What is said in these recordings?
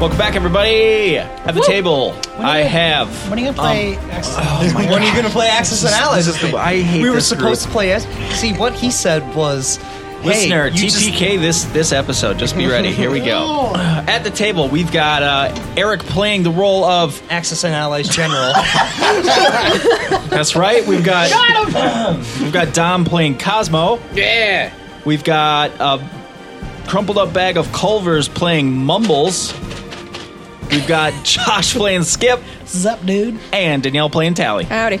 Welcome back, everybody. At the table, I have. When are you gonna play? Um, when are you going to play Axis and Allies? This is the- I hate we were this supposed group. to play it. See, what he said was, Listener, hey, you just- TPK this this episode. Just be ready. Here we go. At the table, we've got uh, Eric playing the role of. Axis and Allies General. That's right. We've got. we've got Dom playing Cosmo. Yeah. We've got a crumpled up bag of Culvers playing Mumbles. We've got Josh playing Skip What's up, dude? and Danielle playing Tally. Howdy.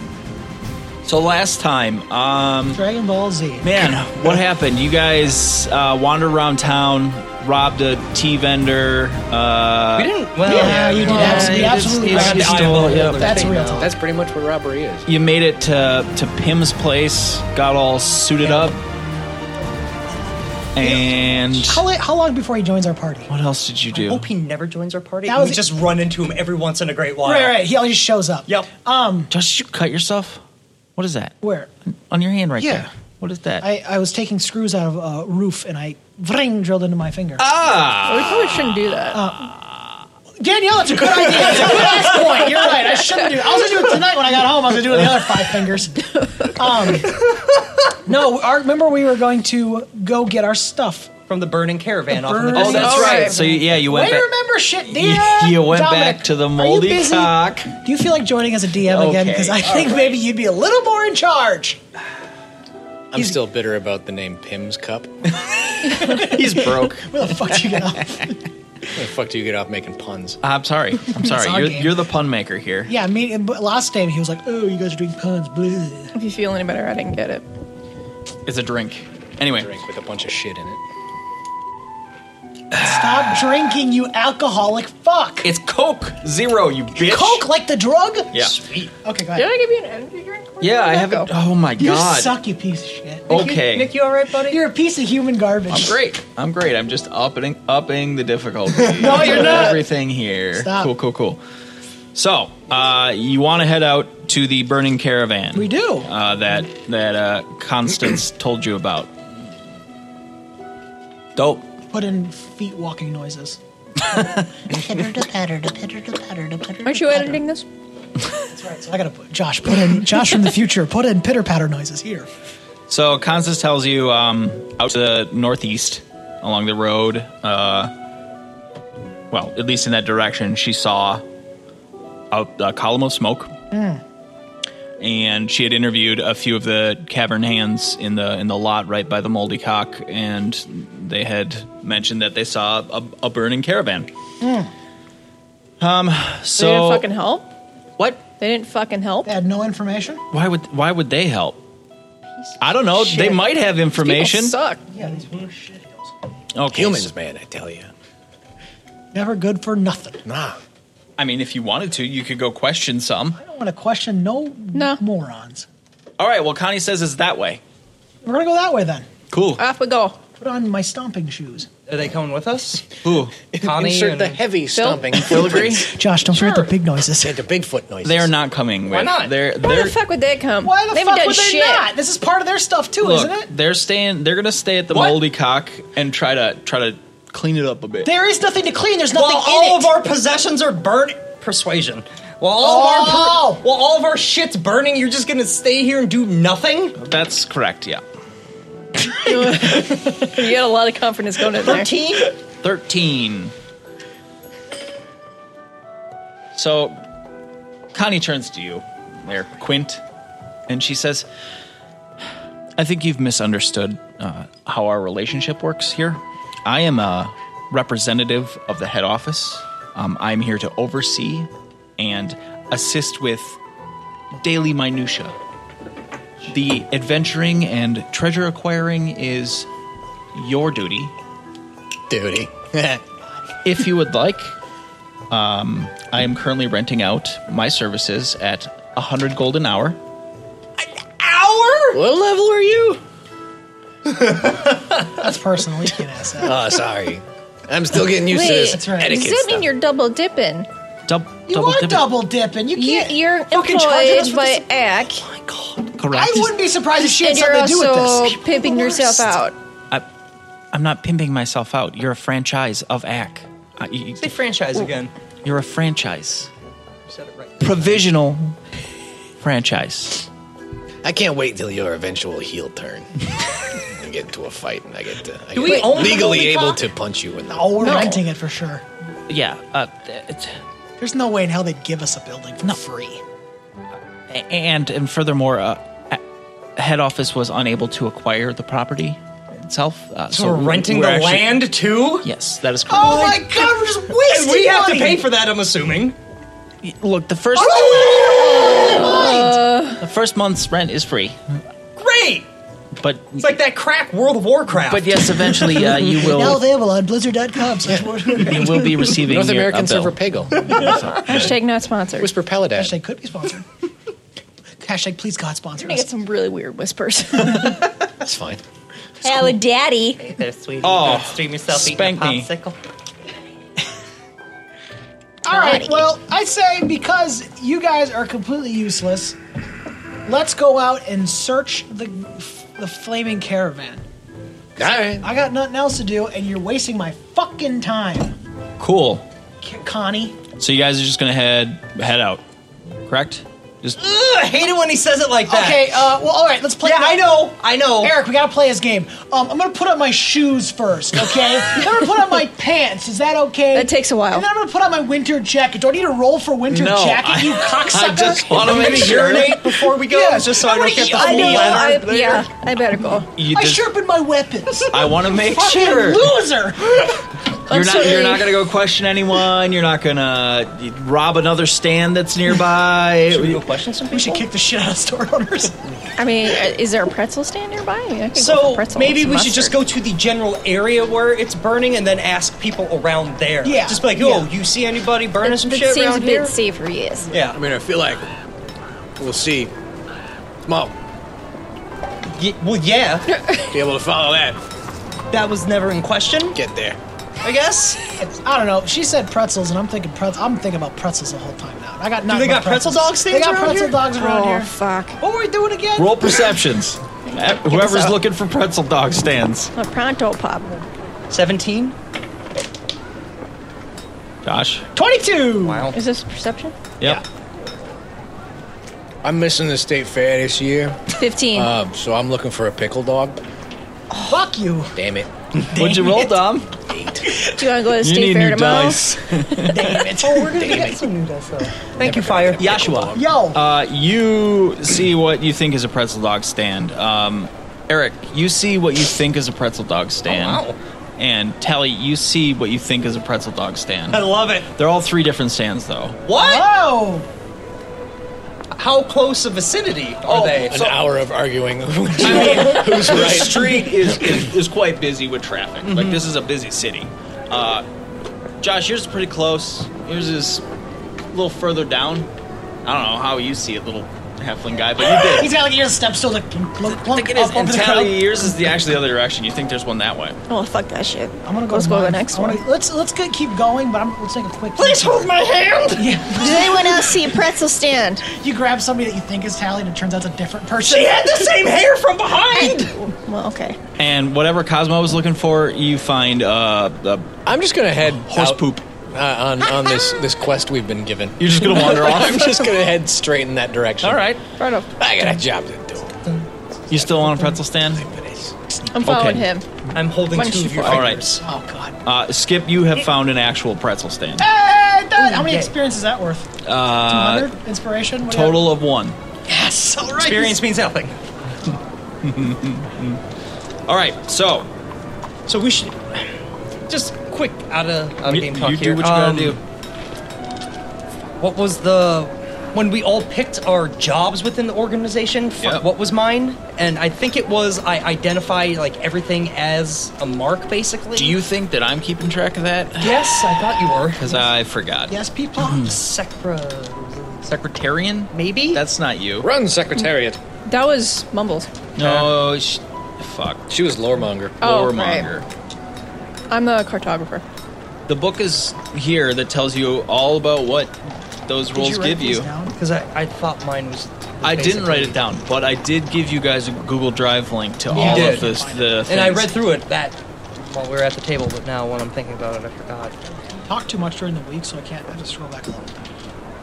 So last time, um, Dragon Ball Z. man, what happened? You guys uh, wandered around town, robbed a tea vendor. Uh, We didn't. Well, Yeah, you did well, absolutely- you just- absolutely you right. just You stole stole- the That's thing, real though. talk. That's pretty much what robbery is. you made it to to Pim's place, got all suited up, and How, li- how long before he joins our party? what else did you do? hope he never joins our party. That and was- we just run into him every once in a great while. Right, right. Uh, He always shows up. Yep. Josh, did you cut yourself? What is that Where? on your hand right Yeah. there? What is that? I, I was taking screws out of a roof and I vring drilled into my finger. Ah! we probably shouldn't do that. Uh, Danielle, it's a good idea. It's a good ass point. You're right. I shouldn't do it. I was gonna do it tonight when I got home. I was gonna do it with the other five fingers. Um, no, our, remember we were going to go get our stuff. From the burning caravan off of the burning- oh, that's Oh, right. right. So you- yeah, you went Way to back. remember shit, You- Dan. you went Dominic, back to the are you moldy busy? cock. Do you feel like joining as a DM again? Okay, Because I think maybe you'd be a little more in charge. I'm still bitter about the name Pim's Cup. Where He's broke. Where the fuck did you get off? the fuck do you get off making puns? I'm sorry. I'm sorry. our You're, game. you're the pun maker here. yeah, me. But last day he was like, "Oh, you guys are doing puns." Blah. if you feel any better, I didn't get it. It's a drink. Anyway, Drink with a bunch of shit in it. Stop drinking, you alcoholic fuck. it's Coke Zero, you bitch. Coke like the drug. Yeah. Sweet. Okay, Oh go ahead. Did I give you an energy drink? Where Yeah, did I that haven't. go? Oh my You god. suck, you piece of shit. Okay. Nick, you all right, buddy? You're a piece of human garbage. I'm great. I'm great. I'm just upping upping the difficulty. No, you're of not. Everything here. Stop. Cool, cool, cool. So, uh, you want to head out to the burning caravan? We do. Uh, that that uh, Constance told you about. Dope. Put in feet walking noises. Aren't you editing this? That's right. So I gotta put Josh. Put in Josh from the future. Put in pitter patter noises here. So Constance tells you um, out to the northeast along the road. Uh, well, at least in that direction, she saw a, a column of smoke, Hmm. and she had interviewed a few of the cavern hands in the in the lot right by the moldy cock, and they had mentioned that they saw a, a burning caravan. Um. Hmm. They didn't So fucking help. what? They didn't fucking help. They had no information. Why would Why would they help? I don't know. They shit. might have information. People suck. Yeah, these little shitheads. Okay. Humans, man, I tell you. Never good for nothing. Nah. I mean, if you wanted to, you could go question some. I don't want to question no, No. morons. All right. Well, Connie says it's that way. We're gonna go that way then. Cool. Off we go. Put on my stomping shoes. Are they coming with us? Ooh. Connie Insert and- the heavy stomping. Josh, don't forget the big noises. the Bigfoot noises. They are not coming. With. Why not? They're Where they're the fuck would they come? Why the they haven't fuck done would they shit. not? This is part of their stuff too, look. isn't it? They're staying. They're gonna stay at the What? moldy cock and try to try to clean it up a bit. There is nothing to clean. There's nothing While all of in it. our possessions are burning, persuasion. While all, Oh. of our per- while all of our shit's burning, you're just gonna stay here and do nothing? That's correct. Yeah. You got a lot of confidence going in there. Thirteen? Thirteen. So, Connie turns to you, there, Quint, and she says, I think you've misunderstood uh, how our relationship works here. I am a representative of the head office. Um, I'm here to oversee and assist with daily minutia. The adventuring and treasure acquiring is your duty. Duty. If you would like, um, I am currently renting out my services at 100 gold an hour. Hour? What level are you? That's personal. You can't ask that. Oh, sorry. I'm still getting used to this. That's right. does etiquette that mean stuff. you're double dipping? Dub- You double are dipping. double dipping. You You, can't. you're fucking charging us employed with by ACK, Correct. I wouldn't be surprised if she had and you're something to do with also this. pimping yourself out. I, am not pimping myself out. You're a franchise of ACK. I- y- Say franchise again. You're a franchise, Said it right. provisional franchise. I can't wait till your eventual heel turn. I get into a fight and I get, to, I Do get we own the legally Holy able Cock? to punch you in the Oh, we're No. renting it for sure. Yeah. Uh, it's, There's no way in hell they'd give us a building for free. and and furthermore, uh, a- head office was unable to acquire the property itself. Uh, So we're renting the actually- land too? Yes, that is correct. Oh my god, we're just wasting And we have to money. pay for that, I'm assuming. Look, the first Oh, the first month's rent is free, Great! but It's like that crack World of Warcraft. but yes, eventually uh, you my mind. Now will available on blizzard.com. slash Warhammer. you will be receiving North your, American a bill. Silver Pagel. Hashtag not sponsored. Whisper Paladin. Hashtag could be sponsored. Hashtag please God sponsor We're gonna get us. some really weird whispers. That's fine. Hello, Daddy. there, sweetie. Oh, stream yourself spank me. All right, well, I say because you guys are completely useless, let's go out and search the the flaming caravan. All right. I got nothing else to do, and you're wasting my fucking time, Cool. K- Connie. So you guys are just gonna head head out, correct? Just I hate it when he says it like that. Okay, uh, well, all right, let's play. Yeah, the- I know. I know. Eric, we gotta play this game. Um, I'm gonna put on my shoes first, okay? then I'm gonna put on my pants. Is that okay? That takes a while. And then I'm gonna put on my winter jacket. Do I need to roll for winter No, jacket, you cocksucker? I just want to I'm make gonna sure. urinate before we go, Yeah. just so I I'm don't gonna get eat- the I whole know, letter. I, yeah, I better go. You I just- sharpened my weapons. I want to make Fucking sure. loser. You're not, sorry. you're not gonna go question anyone. You're not gonna rob another stand that's nearby. question some We should kick the shit out of store owners. I mean, uh, is there a pretzel stand nearby? I could go for So pretzels, maybe we should just mustard. go to the general area where it's burning and then ask people around there. Yeah. Just be like, yo, Yeah. you see anybody burning some That shit seems a around bit here? safer. Yes. I Yeah. mean, I feel like we'll see. Mom, Y- well, yeah. be able to follow that. That was never in question, Get there. I guess. It's- I don't know. She said pretzels, and I'm thinking pretzels. I'm thinking about pretzels the whole time now. I got nothing. they but got pretzel dog They stands got around pretzel here? dogs around Oh here. fuck! What were we doing again? Roll perceptions. Eh, Whoever's out. looking for pretzel dog stands. A pronto pop. 17. Josh. Twenty-two. Wow. Is this perception? Yep. I'm missing the state fair this year, Fifteen. um, so I'm looking for a pickle dog. Fuck you. Damn it. What'd you roll, Dom? Do you want to go to the state fair tomorrow? Damn it. oh, we're gonna Damn get it. some noodles. though. Thank you, Fire. Yashua. Yo. Uh, you see what you think is a pretzel dog stand. Um, Eric, you see what you think is a pretzel dog stand. wow. And Tally, you see what you think is a pretzel dog stand. I love it. They're all three different stands, though. What? Whoa. How close a vicinity are they? An hour of arguing. Who's right? street is, is, is quite busy with traffic. Like, this is a busy city. Uh, Josh, yours is pretty close. Yours is a little further down. I don't know how you see it, little halfling guy, but you did. He's got like he has steps still like plunk, plunk, I plunk, think it up is. And over the crowd. Tally, yours is the actually the other direction. You think there's one that way? Oh fuck that shit. I'm gonna go. Let's to go to mine. the next I wanna- one. Let's let's go- keep going, but I'm, let's take a quick. Please hold my hand! Yeah. Does anyone else see a pretzel stand? You grab somebody that you think is Tally, and it turns out it's a different person. She had the same hair from behind! Well, okay. And whatever Cosmo was looking for, you find. Uh, uh, I'm just gonna head Horse out, poop. uh, on on this this quest we've been given. you're just gonna wander off. I'm just gonna head straight in that direction. All right. Right off. I got a job to do. You still on a pretzel stand? for this. I'm following Okay. him. I'm holding One, two two, of your four. All right. fingers. Oh god. Uh, Skip, you have found an actual pretzel stand. Hey, that, how many yeah. experience is that worth? Uh, 200 inspiration. What do you have? Total of one. Yes. All right. Experience means nothing. All right. So So we should just quick out of, out of you, game talk you here. do what you Um, gotta do. What was the when we all picked our jobs within the organization? Fuck, Yeah. What was mine? And I think it was I identify like everything as a mark, basically. Do you think that I'm keeping track of that? Yes, I thought you were. Because I Mm-hmm. forgot. Yes, people. Secra, Secretarian? maybe. That's not you. Run, Secretariat. That was Mumbles. No. Sh- fuck. She was loremonger. Oh, Loremonger. I'm the cartographer. The book is here that tells you all about what those rules give you. because I, I thought mine was. was I didn't write it basically- down, but I did give you guys a Google Drive link to all did. of this. The and I things. read through it that while we were at the table, but now when I'm thinking about it, I forgot. Talk too much during the week, so I can't. I just scroll back a little.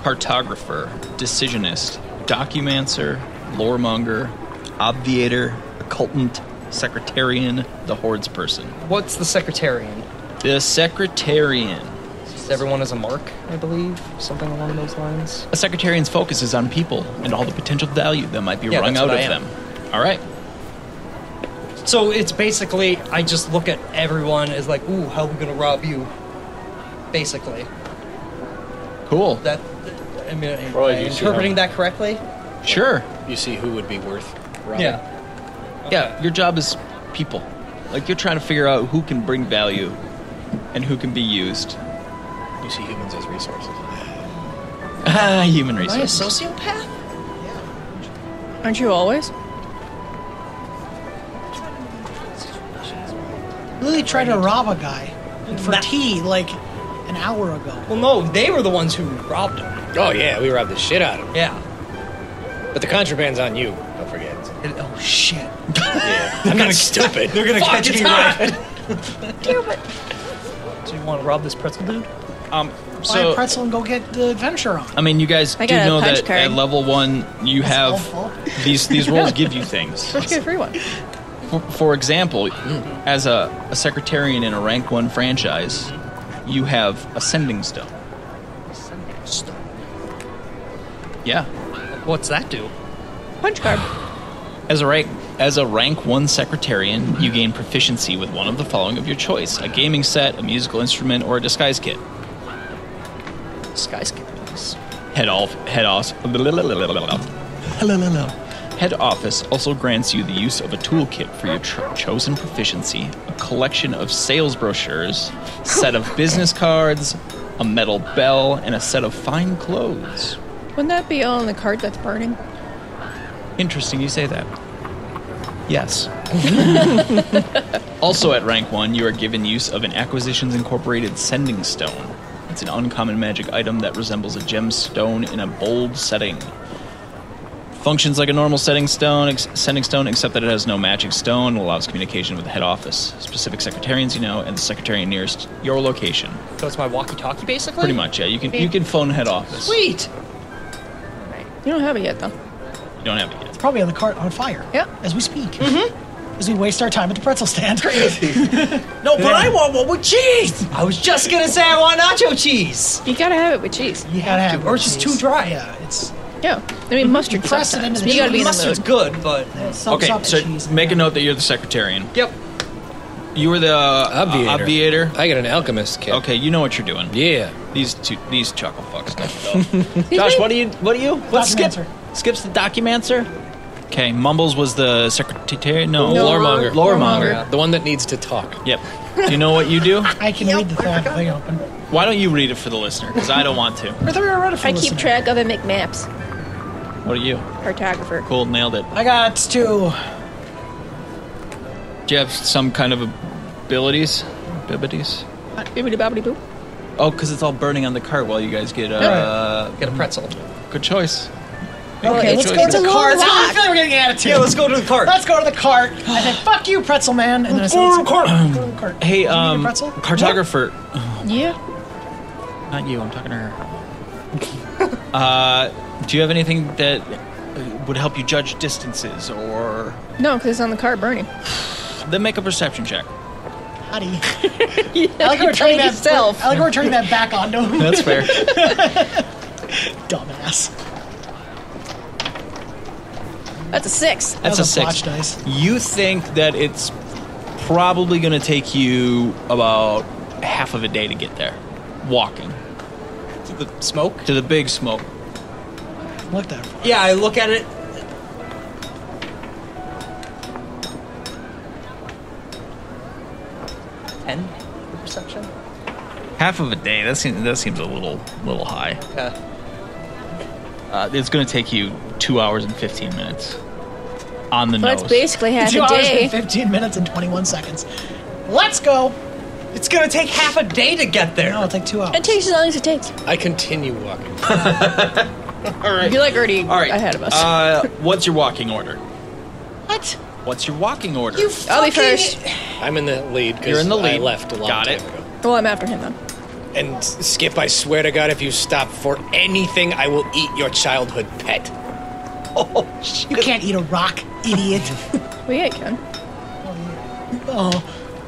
cartographer, decisionist, documancer, loremonger, obviator, occultant, secretarian, the hordes person. What's the secretarian? The secretarian. Just everyone is a mark, I believe, something along those lines. A secretarian's focus is on people and all the potential value that might be Yeah, wrung that's out of what I am. them. All right. So it's basically I just look at everyone as like, ooh, how are we gonna rob you? Basically, Cool. that. I mean, am Roy, I you see interpreting how- that correctly? sure. You see who would be worth robbing? Yeah. Yeah, your job is people. Like you're trying to figure out who can bring value and who can be used. You see humans as resources. Ah, human Am I a resources. sociopath? Aren't you always? Lily tried to rob a guy for tea like an hour ago. Well, no, they were the ones who robbed him. Oh yeah, we robbed the shit out of him. Yeah. But the contraband's on you. Don't forget. It- oh shit. I'm not stupid. They're gonna Fuck, it's hot. Damn it. So you want to rob this pretzel dude? um, Buy a so pretzel and go get the adventure on. I mean, you guys I do got a know punch that card. at level one you have awful. these these roles give you things. Let's get a free one. For, for example, as a, a secretarian in a rank one franchise, you have ascending stone. Yeah, What's that do? Punch card. as a rank as a rank one secretarian, you gain proficiency with one of the following of your choice: a gaming set, a musical instrument, or a disguise kit. Skyscrapers. Head off, head off. Head office also grants you the use of a toolkit for your tr- chosen proficiency, a collection of sales brochures, set of business cards, a metal bell, and a set of fine clothes. Wouldn't that be on the card that's burning? Interesting you say that. Yes. also at rank 1, you are given use of an Acquisitions Incorporated Sending Stone. It's an uncommon magic item that resembles a gemstone in a bold setting. Functions like a normal setting stone, ex- sending stone, except that it has no magic stone and allows communication with the head office, specific secretarians you know, and the secretarian nearest your location. So it's my walkie-talkie, basically. Pretty much, yeah. You can you can phone head office. Sweet. You don't have it yet, though. You don't have it yet. Probably on the cart on fire. Yep. As we speak. As we waste our time at the pretzel stand. Crazy. No, but I want one with cheese. I was just gonna say I want nacho cheese. You gotta have it with cheese. You gotta have to, or it's just too dry. Yeah, it's Yeah. I mean, mustard Press it into sometimes. the You gotta be in Mustard's the mood. good, but it's Okay, up so cheese. make a Yeah. note that you're the secretarian. yep. You were the uh, Obviator. obviator. I got an alchemist kit. Okay, you know what you're doing. Yeah. These two, these chuckle fucks. Josh, what do you? What do you? What skip? Documancer. Skips the documancer. Okay, Mumbles was the secretary. No, No, Loremonger. Loremonger. Uh, The one that needs to talk. Yep. Do you know what you do? I can read the thing, thing open. Why don't you read it for the listener? Because I don't want to. I thought we were ready for I listening. keep track of and make maps. What are you? Cartographer. Cool, nailed it. I got two. Do you have some kind of abilities? Abilities? Bibbidi bobbidi boo. Oh, because it's all burning on the cart while you guys get. Uh, Get a pretzel. Good choice. Okay, let's go to the cart. I feel like we're getting attitude. Yeah, let's go to the cart. Let's go to the cart. I said, "Fuck you, pretzel man," and then I said, "Let's go to the cart." Hey, Do you need a um, pretzel? cartographer. Yeah. Not you. I'm talking to her. uh, do you have anything that uh, would help you judge distances, or No, because it's on the card burning. then make a perception check? Howdy. I like how we're turning that. yourself. I like how we're turning that back onto him. That's fair. Dumbass. That's a six. That's That was a a six. botch dice. You think that it's probably going to take you about half of a day to get there, walking To the smoke. to the big smoke. Look that. far. Yeah, I look at it. Ten for perception. Half of a day. That seems that seems a little little high. Yeah. Uh, it's going to take you two hours and fifteen minutes on the Well, nose. that's basically half Two a hours and day. fifteen minutes and twenty-one seconds. Let's go. It's gonna take half a day to get there. No, it'll take two hours. It takes as long as it takes. I continue walking. You're like already All right. ahead of us. Uh, what's your walking order? What? What's your walking order? You I'll fucking- be first. I'm in the lead You're because in the I lead. left a long Got time it. ago. Well, I'm after him then. And Skip, I swear to God, if you stop for anything, I will eat your childhood pet. You can't eat a rock, idiot. Well, yeah, you can. oh,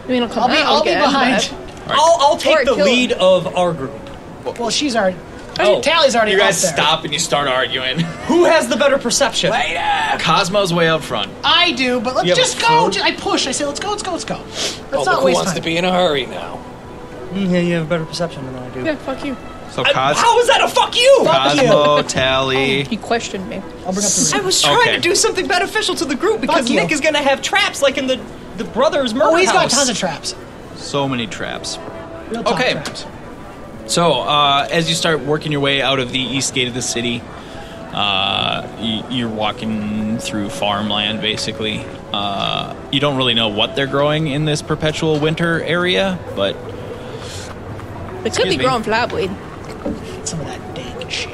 I mean, I'll come I'll be, out I'll be again, behind. I'll, I'll Or take the kill lead of our group. Well, she's already. Oh. Tally's already You guys up there. stop and you start arguing. Who has the better perception? Cosmo's way up front. I do, but let's You have just a go. phone? Ju- I push. I say, let's go, let's go, let's go. Let's oh, not look who waste wants time. to be in a hurry now. Mm, Yeah, you have a better perception than I do. Yeah, fuck you. So I- Cos- how is that a fuck you? Cosmo, Tally. He questioned me. I'll bring up the I rear. was trying Okay. to do something beneficial to the group because Fuck you. Nick is gonna have traps like in the the brothers murder Oh, he's got house. tons of traps. So many traps. Real top Okay. traps. So, uh, as you start working your way out of the east gate of the city, uh, y- you're walking through farmland basically. Uh, you don't really know what they're growing in this perpetual winter area, but It could Excuse be me. growing flabweed. Get some of that dank shit.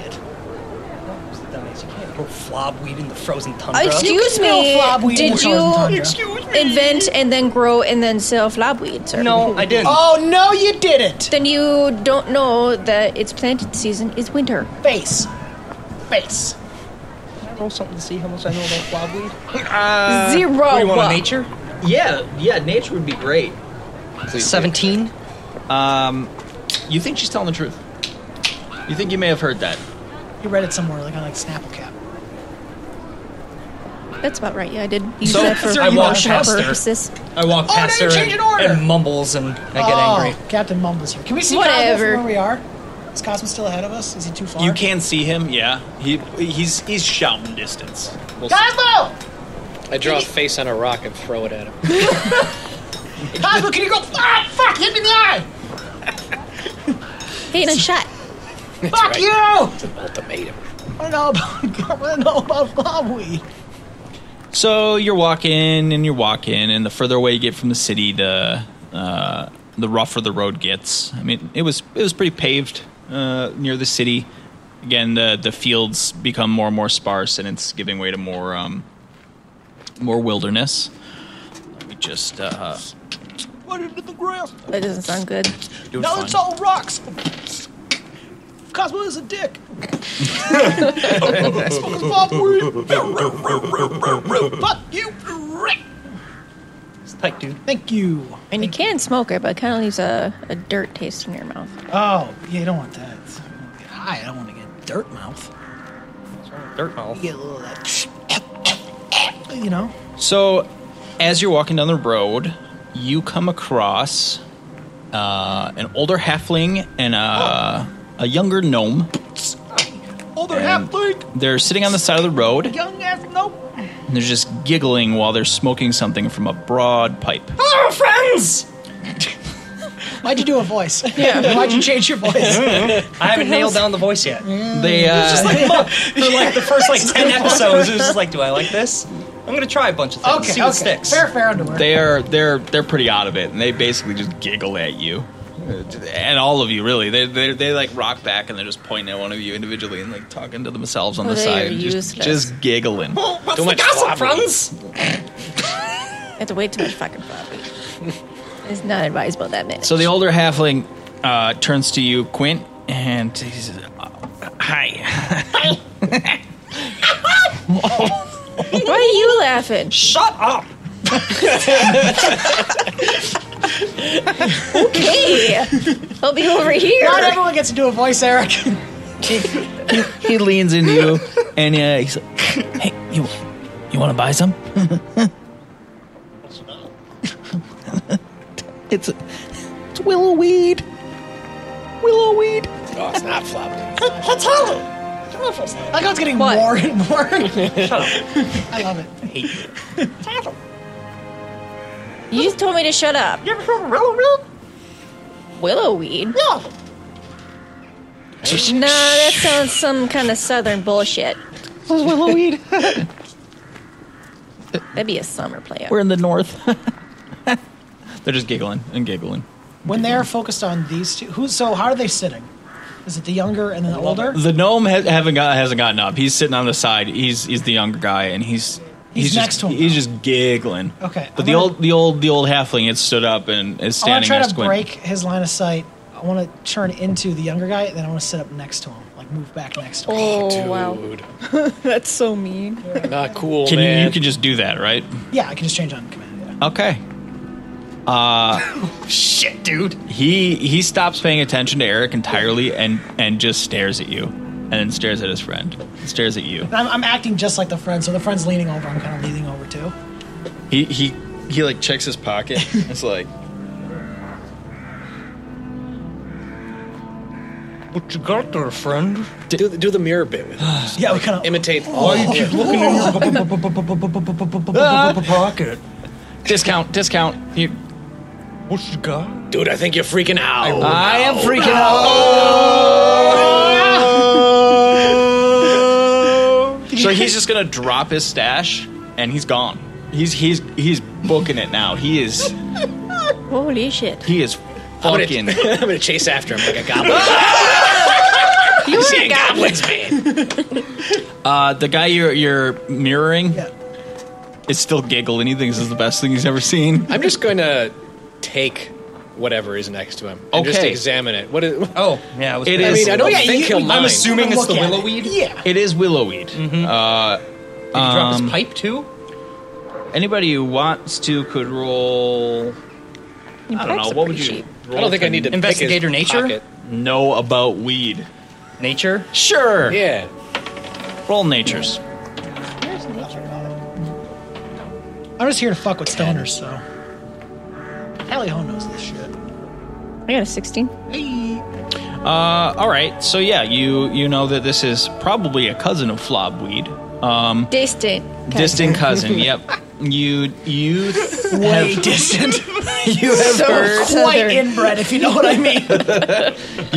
That means you can't grow flobweed in the frozen tundra. Excuse grow me. flabweed in the Did frozen tundra. you invent and then grow and then sell flabweed, sir? No, I didn't. Oh no, you didn't. Then you don't know that its planted season is winter. Face, face. Can I roll something to see how much I know about flobweed? Uh, Zero. you want a nature? Yeah, yeah, nature would be great. Seventeen. you think she's telling the truth. You think you may have heard that. You read it somewhere, like on like Snapple Cap. That's about right. Yeah, I did use So- that for Sir, you are promotional faster. purposes. I walk Oh, past no, you her changed and, an order. and mumbles, and I get Oh, angry. Captain Mumble's here. Can we see Cosmo Whatever. from where we are? Is Cosmo still ahead of us? Is he too far? You can see him, yeah. He he's he's shouting distance. We'll see. Cosmo, I draw a face on a rock and throw it at him. Cosmo, can you go? Ah, fuck! Hit me in the eye. Hey, nice shot. Fuck right. you! It's an ultimatum. I don't know about I don't know about Flobweed. So you're walking and you're walking, and the further away you get from the city, the uh, the rougher the road gets. I mean, it was it was pretty paved uh, near the city. Again, the the fields become more and more sparse, and it's giving way to more um, more wilderness. Let me just uh, What into the grass? That doesn't sound good. do it Now fine. it's all rocks. Cosmo is a dick. Smoking Flobweed. Fuck you, Rick. It's like, dude. Thank you. And you can smoke it, but it kind of leaves a, a dirt taste in your mouth. Oh, yeah, you don't want that. It's- I don't wanna get high. I don't want to get dirt mouth. Dirt mouth. Get a little of that. You know. So, as you're walking down the road, you come across uh, an older halfling and a, a younger gnome. Older And- halfling, They're sitting on the side of the road and young ass nope. they're just giggling while they're smoking something from a broad pipe. Hello, friends. Why'd you do a voice? Yeah. Why'd you change your voice? I haven't nailed down the voice yet. They uh, For like the first like ten episodes, it was just like, do I like this? I'm gonna try a bunch of things. okay. see what okay. sticks. Fair, fair underwear. they are they're they're pretty out of it, and they basically just giggle at you. And all of you, really, they, they they like rock back and they're just pointing at one of you individually and like talking to themselves on Oh, the they side, are just, useless. just giggling. What's Too the much gossip, flobbery. friends? I have to wait too much fucking flabweed. it's not advisable that minute. So the older halfling uh, turns to you, Quint, and he says, uh, "Hi." Why are you laughing? Shut up. Hey, I'll be over here. Not everyone gets to do a voice, Eric. He leans into you, and uh, he's like, "Hey, you, you want to buy some? it's it's willow weed. Willow weed. Oh, it's not flopping. Let's hold it. I like how it's getting What? more and more. I love it. You just told me to shut up. You ever heard of Willow Real? Willow weed? No. Nah, that sounds some kind of southern bullshit. Willow weed. That'd be a summer play. We're in the north. They're just giggling and giggling. When they're focused on these two, who's so? How are they sitting? Is it the younger and the older? The gnome ha- haven't got, hasn't gotten up. He's sitting on the side. He's he's the younger guy, and he's He's just, next to him, He's though. just giggling. Okay, But I'm the gonna- old the old the old halfling had stood up and is I standing want to try next to to Gwyn. break his line of sight. I want to turn into the younger guy, then I want to sit up next to him, like move back next to him. Oh, Dude, wow. That's so mean. not cool, Can you, man. you can just do that, right? Yeah, I can just change on command. Yeah. Okay. Shit, dude. He he stops paying attention to Eric entirely and and just stares at you, and then stares at his friend, stares at you. And I'm, I'm acting just like the friend, so the friend's leaning over. I'm kind of leaning over too. He he he like checks his pocket. It's like What you got there, friend? do, the- do the mirror bit with it. Yeah, we kind of Imitate. Looking in your pocket. discount, discount. You, What you got? Dude, I think you're freaking out. I am freaking out. so he's just gonna drop his stash, and he's gone. He's he's he's booking it now. He is Holy shit. he is I'm fucking. gonna, I'm gonna chase after him like a goblin. You See were a goblins, man. Uh, the guy you're you're mirroring Yeah. is still giggling. He thinks this is the best thing he's ever seen. I'm just gonna take whatever is next to him and just Okay. examine it. What is? Oh, yeah. I was It I is- mean, I don't Yeah, think you- he'll I'm mind. I'm assuming it's the Look at willow it. weed. Yeah. It is willowweed. Did he drop his pipe too? Anybody who wants to could roll. I don't know. What would you? I don't think I need to pick his Investigator nature? pocket. know about weed? Nature. Sure. Yeah. Roll natures. I'm just here to fuck with stoners, so. Hallie Ho knows this shit. I got a 16. Uh, all right. So yeah, you you know that this is probably a cousin of flobweed. Um, Distant. Okay. distant cousin. yep. You you Way have distant. you have So heard Quite southern. inbred, if you know what I mean.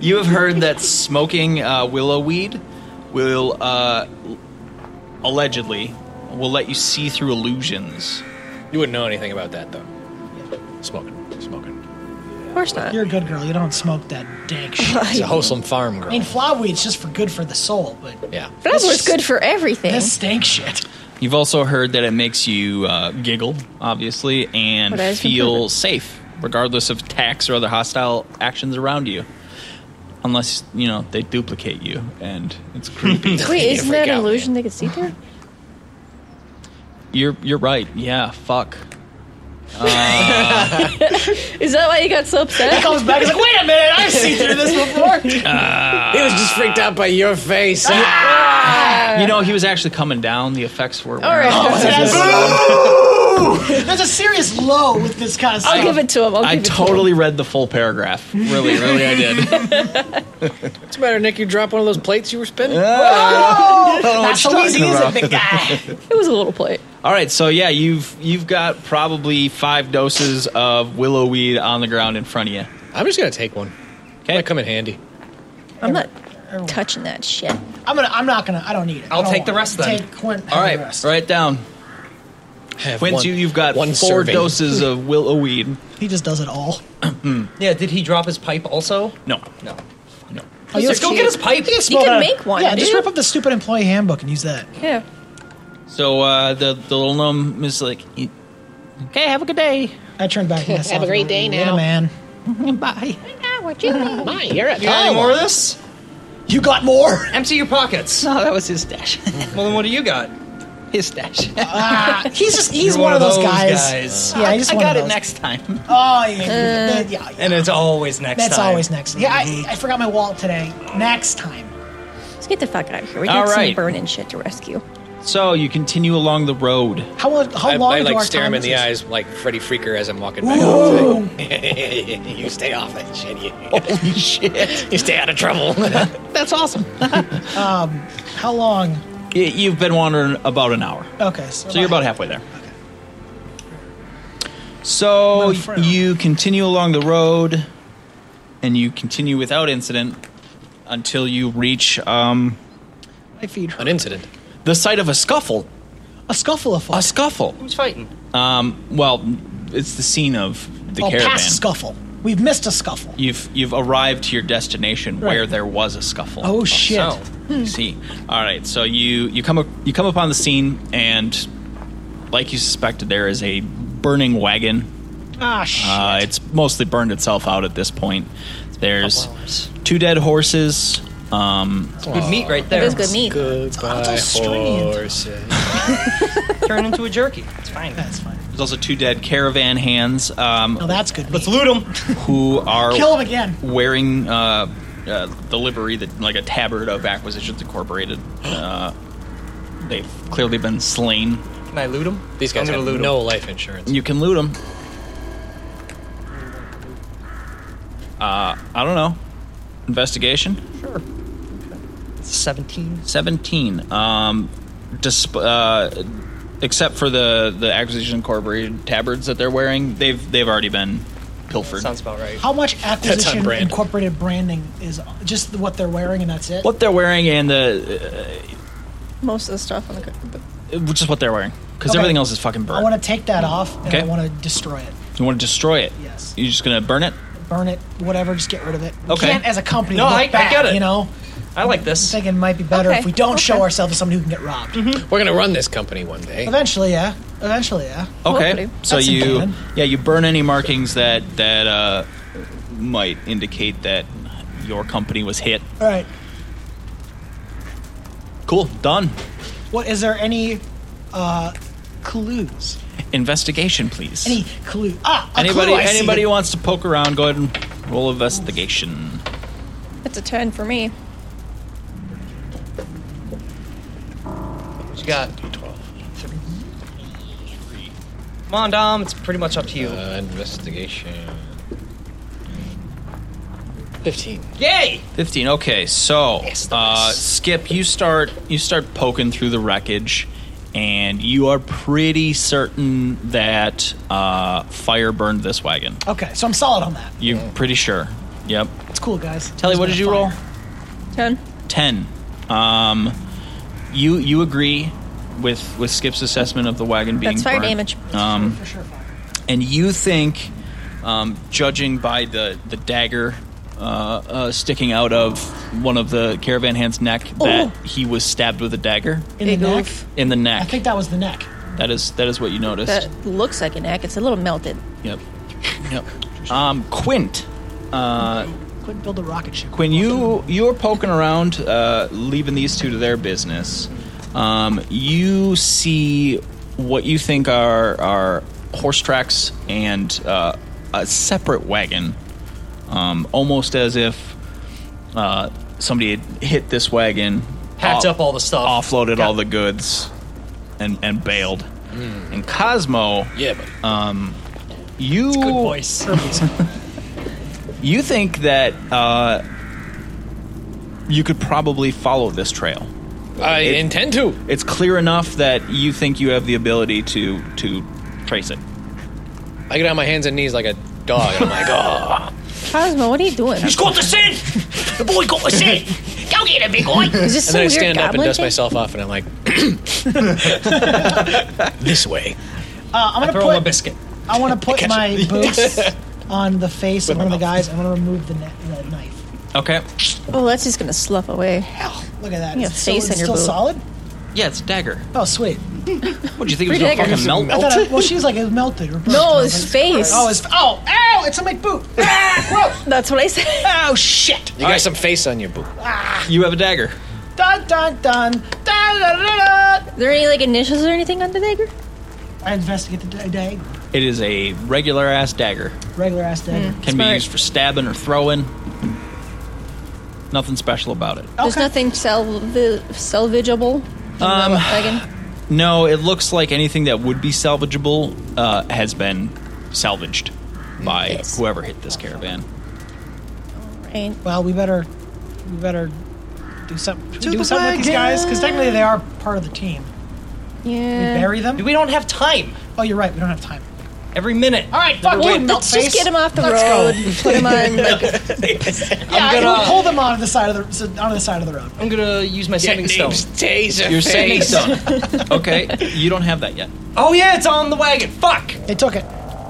you have heard that smoking uh, willow weed will uh, allegedly will let you see through illusions. You wouldn't know anything about that though. Smoking, smoking. Of course not. You're a good girl. You don't smoke that dank shit. I It's a wholesome farm girl. mean, flywheat's just for good for the soul, but Yeah. That was good for everything. this stank shit. You've also heard that it makes you uh, giggle, obviously, and Well, that is feel completely- safe, regardless of attacks or other hostile actions around you. Unless, you know, they duplicate you, and it's creepy. Wait, isn't freak that an out, illusion they could see through? you're, you're right. Yeah, fuck. Is that why you got so upset? Comes back, he's like, wait a minute, I've seen through this before. He was just freaked out by your face. Ah! you know, he was actually coming down. The effects were... Uh, All right. There's a serious low with this kind of stuff. I'll give it to him. I'll I give it totally read the full paragraph. Really, really, I did. I What's the matter, Nick? You dropped one of those plates you were spinning? don't know what Not you're so easy, talking is it, about. big guy? to him. It was a little plate. All right, so yeah, you've you've got probably five doses of willow weed on the ground in front of you. I'm just gonna take one. Okay, Might come in handy. I'm not touching that shit. I'm gonna. I'm not gonna. I don't need it. I'll I don't take the want it. rest then. Take Quint. have All the rest. right, write it down. Have Quince, you, you've got one four serving. doses of willow weed. He just does it all. Yeah. Did he drop his pipe also? No, No. no. Oh, These you are just go cute. get his pipe. You can make one, Yeah, just dude. rip up the stupid employee handbook and use that. Yeah. So uh, the the little gnome is like, "E- okay, have a good day. I turned back. and I saw Have a him. great day Later, now. man. Bye. what you mean? My, you're at You got any more of this? You got more. Empty your pockets. No, that was his stash. Well, then what do you got? his stash. Ah, he's just. He's one, of those, guys. Yeah, he's I one of got it those. next time. Oh yeah. yeah, yeah, yeah. And it's always next That's time. always next. Yeah, I, I forgot my wallet today. Next time. Let's get the fuck out of here. We All got right. some burning shit to rescue. So you continue along the road. How long? How I, long? I do like our stare him in times the is? eyes like Freddy Freaker as I'm walking back. home. you stay off that shit. You, Holy shit. You stay out of trouble. That's awesome. How long? You've been wandering about an hour. Okay. So, So you're about halfway there. So Not a frown. you continue along the road, and you continue without incident until you reach um, I feed her. An incident. the site of a scuffle. A scuffle of A fuck. scuffle. Who's fighting? Um, well, it's the scene of the Oh, caravan. past scuffle. We've missed a scuffle. You've you've arrived to your destination where Right. there was a scuffle. Oh shit. So, see. All right, so you you come up, you come upon the scene, and like you suspected, there is a burning wagon Ah, shit. uh, it's mostly burned itself out at this point. There's Couple hours. two dead horses. Um, Good meat right there. It was good meat. Goodbye, horses. Turn into a jerky. It's fine. that's fine. there's also two dead caravan hands um, No, that's good. Let's meat. loot them. who are Kill him again. wearing uh, uh, the livery that like a tabard of Acquisitions Incorporated. Uh, they've clearly been slain. Can I loot them? These guys I'm have gonna loot 'em. no life insurance. You can loot them. Uh, I don't know. Investigation. Sure. Seventeen. 17 um disp- uh, except for the the acquisition incorporated tabards that they're wearing they've they've already been pilfered Sounds about right. How much acquisition brand. incorporated branding is just what they're wearing, and that's it. what they're wearing and the Most of the stuff on the cookbook. uh, which is what they're wearing because Okay. everything else is fucking I burned want to take that off, and Okay. I want to destroy it, you want to destroy it Yes. you're just gonna burn it burn it, whatever. Just get rid of it. We Okay. Can't as a company. No, look I- I back, get it. You know, I like this. thinking it might be better Okay, if we don't show okay. ourselves as somebody who can get robbed. We're gonna run this company one day. Eventually, yeah. Eventually, yeah. okay Hopefully. so That's you important. yeah you burn any markings that that uh might indicate that your company was hit All right. cool done What is there any uh, clues? investigation please Any clue? Ah, a anybody clue I see. anybody wants to poke around go ahead and roll investigation That's a turn for me. What you got? Come on, Dom. It's pretty much up to you. Uh, investigation. Fifteen. Yay! 15 okay so Yes, uh, nice. skip you start you start poking through the wreckage and you are pretty certain that uh, fire burned this wagon Okay, so I'm solid on that. you're pretty sure yep It's cool, guys. telly what did There's you no roll fire. Turn. 10 um, you you agree with with skip's assessment of the wagon being That's fire burned. damage. um, For sure, fire. and you think, um, judging by the the dagger uh, uh, sticking out of one of the caravan hand's neck, that Oh. he was stabbed with a dagger In the Big neck. oof. in the neck. I think that was the neck. that is that is what you noticed. That looks like an egg. It's a little melted. Yep. Yep. Um, Quint, Couldn't build a rocket ship. Quinn, you you're poking around, uh, leaving these two to their business. Um, you see what you think are are horse tracks and uh, a separate wagon, um, almost as if uh, somebody had hit this wagon, Packed off- up all the stuff. offloaded Got- Mm. all the goods, and and bailed. And Cosmo, Yeah, but you Good voice. you think that uh, you could probably follow this trail. I intend to. It's clear enough that you think you have the ability to to trace it. I get on my hands and knees like a dog, and I'm like, oh. Cosmo, what are you doing? He's got the sin. The boy got the sin. Go get him, big boy. this And some then I weird stand up and goblin dust thing? myself off, and I'm like, this way. Uh, I'm gonna Throw put. him a biscuit. I want to put Catch my boots on the face of With one of the my mouth. guys. I'm gonna remove the, ne- the knife. Okay. Oh, that's just gonna slough away. Look at that. You have It's still- face it's on your still boot. solid. Yeah, it's a dagger. Oh, sweet. What do you think it was Three gonna daggers. fucking melt? I thought I, well, she was like it melted. Or burnt. No, I was his like, face. Oh, his. Oh, ow! It's on my boot. Ah, gross. That's what I said. Oh shit. You got some face on your boot. You have a dagger. Dun dun dun dun dun dun. dun. Are there any like initials or anything on the dagger? I investigate the da- dagger. It is a regular ass dagger. Regular ass dagger. Can be Smart. used for stabbing or throwing. Nothing special about it. There's nothing salv- salvageable. Um, No, it looks like anything that would be salvageable uh, has been salvaged by Yes. whoever hit this caravan. right. Well, we better, we better do something. Do the something with these guys because technically they are part of the team. Yeah. Bury them. We don't have time. Oh, you're right. We don't have time. Every minute. All right, fuck Well, it. Melt let's face. just get him off the Let's road. Put him on like Yeah, I'm we'll gonna- pull them onto the side of the onto the side of the road. I'm gonna use my sending stone. Taser. You're sending some. okay, you don't have that yet. Oh yeah, it's on the wagon. Fuck. They took it.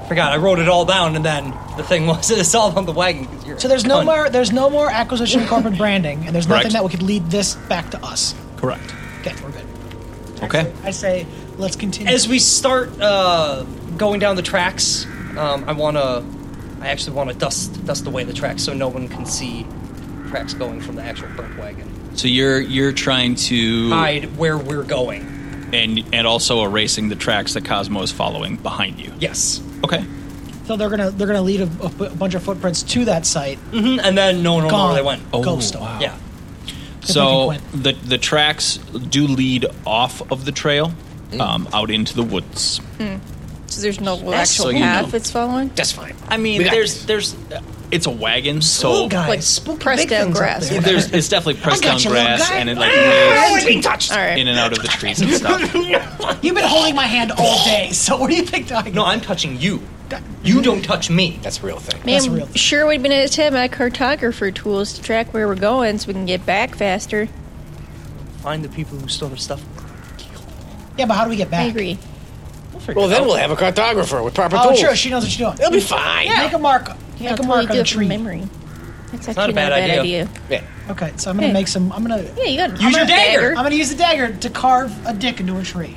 Forgot. I wrote it all down, and then the thing was, it's all on the wagon. 'cause you're So there's no cunt. more there's no more acquisition of corporate branding, and there's nothing Correct. that we could lead this back to us. Correct. Okay, we're good. Okay. I say let's continue. As we start uh, going down the tracks, um, I want to. I actually want to dust dust away the tracks so no one can see tracks going from the actual burnt wagon. So you're you're trying to Hide where we're going. and and also erasing the tracks that Cosmo is following behind you. Yes. Okay. so they're gonna they're gonna lead a, a bu- a bunch of footprints to that site. hmm And then no one will know Gone. where they went. Oh, Ghost. wow. Yeah. So thinking the the tracks do lead off of the trail, Mm. um, out into the woods. So there's no actual so you path know. it's following. That's fine. I mean, We got there's this. there's it's a wagon, Oh, so guys, Like spooky pressed big down things up grass. there. there's it's definitely pressed got down you, little grass guy. Ah! and it like lives being touched. All right. in and out of the trees and stuff. You've been holding my hand all day, so what do you think? I No, I'm touching you. You don't touch me. That's a real thing. Man, That's real. sure we'd been able to have my cartographer tools to track where we're going so we can get back faster. Find the people who stole their stuff. yeah, but how do we get back? I agree. Well, then we'll have a cartographer with proper Oh, tools. sure, she knows what she's doing. It'll be fine. Make a mark. Yeah, make a totally mark do on it the from tree. memory. That's not actually a bad idea. Yeah. Okay, so I'm gonna Hey. make some. I'm gonna. Yeah, you got Use your dagger. I'm gonna use the dagger to carve a dick into a tree.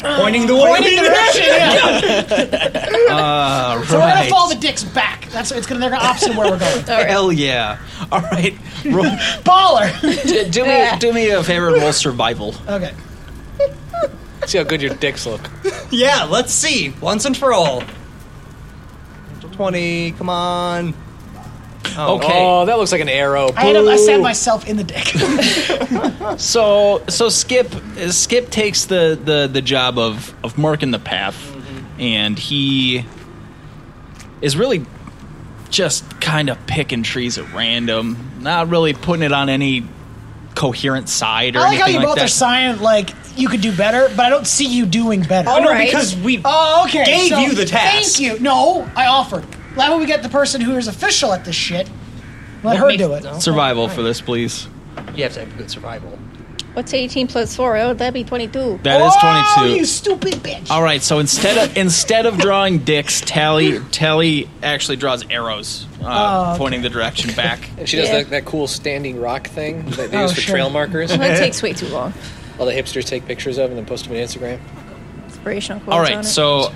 Pointing the way. Pointing direction. Yeah. All So we're gonna right. follow the dicks back. That's it's gonna. They're gonna opposite where we're going. Hell yeah! All right, roll, Baller. do, do me do me a favor. and Roll survival. Okay. See how good your dicks look. Yeah, let's see. Once and for all. 20, come on. Oh, Okay. Oh, that looks like an arrow. I, had a, I stabbed Boo. myself in the dick. So so Skip Skip takes the the the job of of marking the path, and he is really just kind of picking trees at random, not really putting it on any coherent side or I like how anything you like both that. are silent. Like you could do better, but I don't see you doing better. Oh, no, Alright. because we Oh, okay. gave so- you the task. Thank you. No, I offered. Why don't we get the person who is official at this shit? Let her makes- do it. no. Survival for this, please. You have to have good survival. What's 18 plus 4? Oh, that'd be 22. That is Oh, twenty two. you stupid bitch. All right, so instead of instead of drawing dicks, Tally Tally actually draws arrows, uh, Oh, okay. pointing the direction back. And she does Yeah. that, that cool standing rock thing that they Oh, use for sure. trail markers. That takes way too long. All the hipsters take pictures of and then post them on Instagram. Inspirational quotes. All on right, it.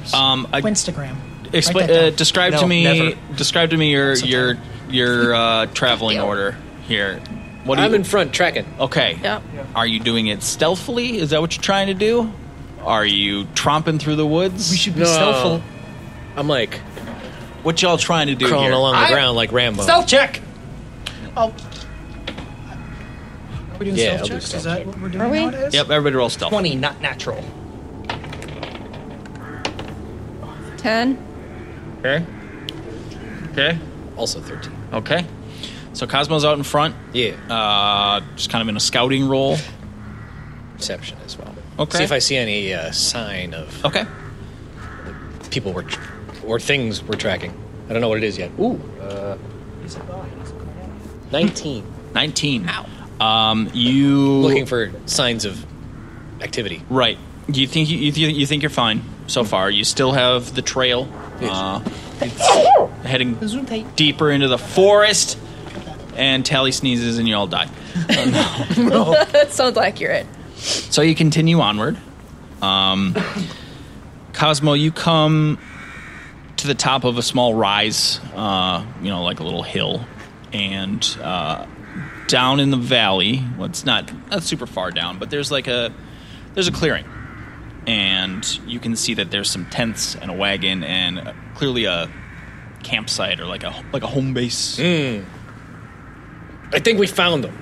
so um, I, Instagram. Explain. Write that Uh, down. describe to No, me. never. Describe to me your your your uh, traveling order here. What do I'm you? in front tracking. okay. Yeah. Are you doing it stealthily? Is that what you're trying to do? Are you tromping through the woods? We should be No. stealthful. I'm like What y'all trying to do crawling here? along the I- ground like Rambo. Stealth check! Oh. Are we doing Yeah, stealth I'll do checks? Is stealth that check. what we're doing Are we? nowadays? Yep. Everybody roll stealth. 20, not natural. 10. Okay. Okay. Also 13. Okay. So Cosmo's out in front. Yeah. Uh, just kind of in a scouting role. Perception as well. Okay. See if I see any uh, sign of Okay. people we're tr- or things we're tracking. I don't know what it is yet. Ooh. Uh, 19. Nineteen. Um, you Looking for signs of activity. Right. You think you, you, you think you're fine so far? You still have the trail. Uh, it's heading deeper into the forest, and Tally sneezes and you all die. That sounds accurate. So you continue onward. Um, Cosmo, you come to the top of a small rise, uh, you know, like a little hill, and uh, down in the valley. Well, it's not not super far down, but there's like a there's a clearing, and you can see that there's some tents and a wagon and uh, clearly a campsite or like a like a home base. I think we found them.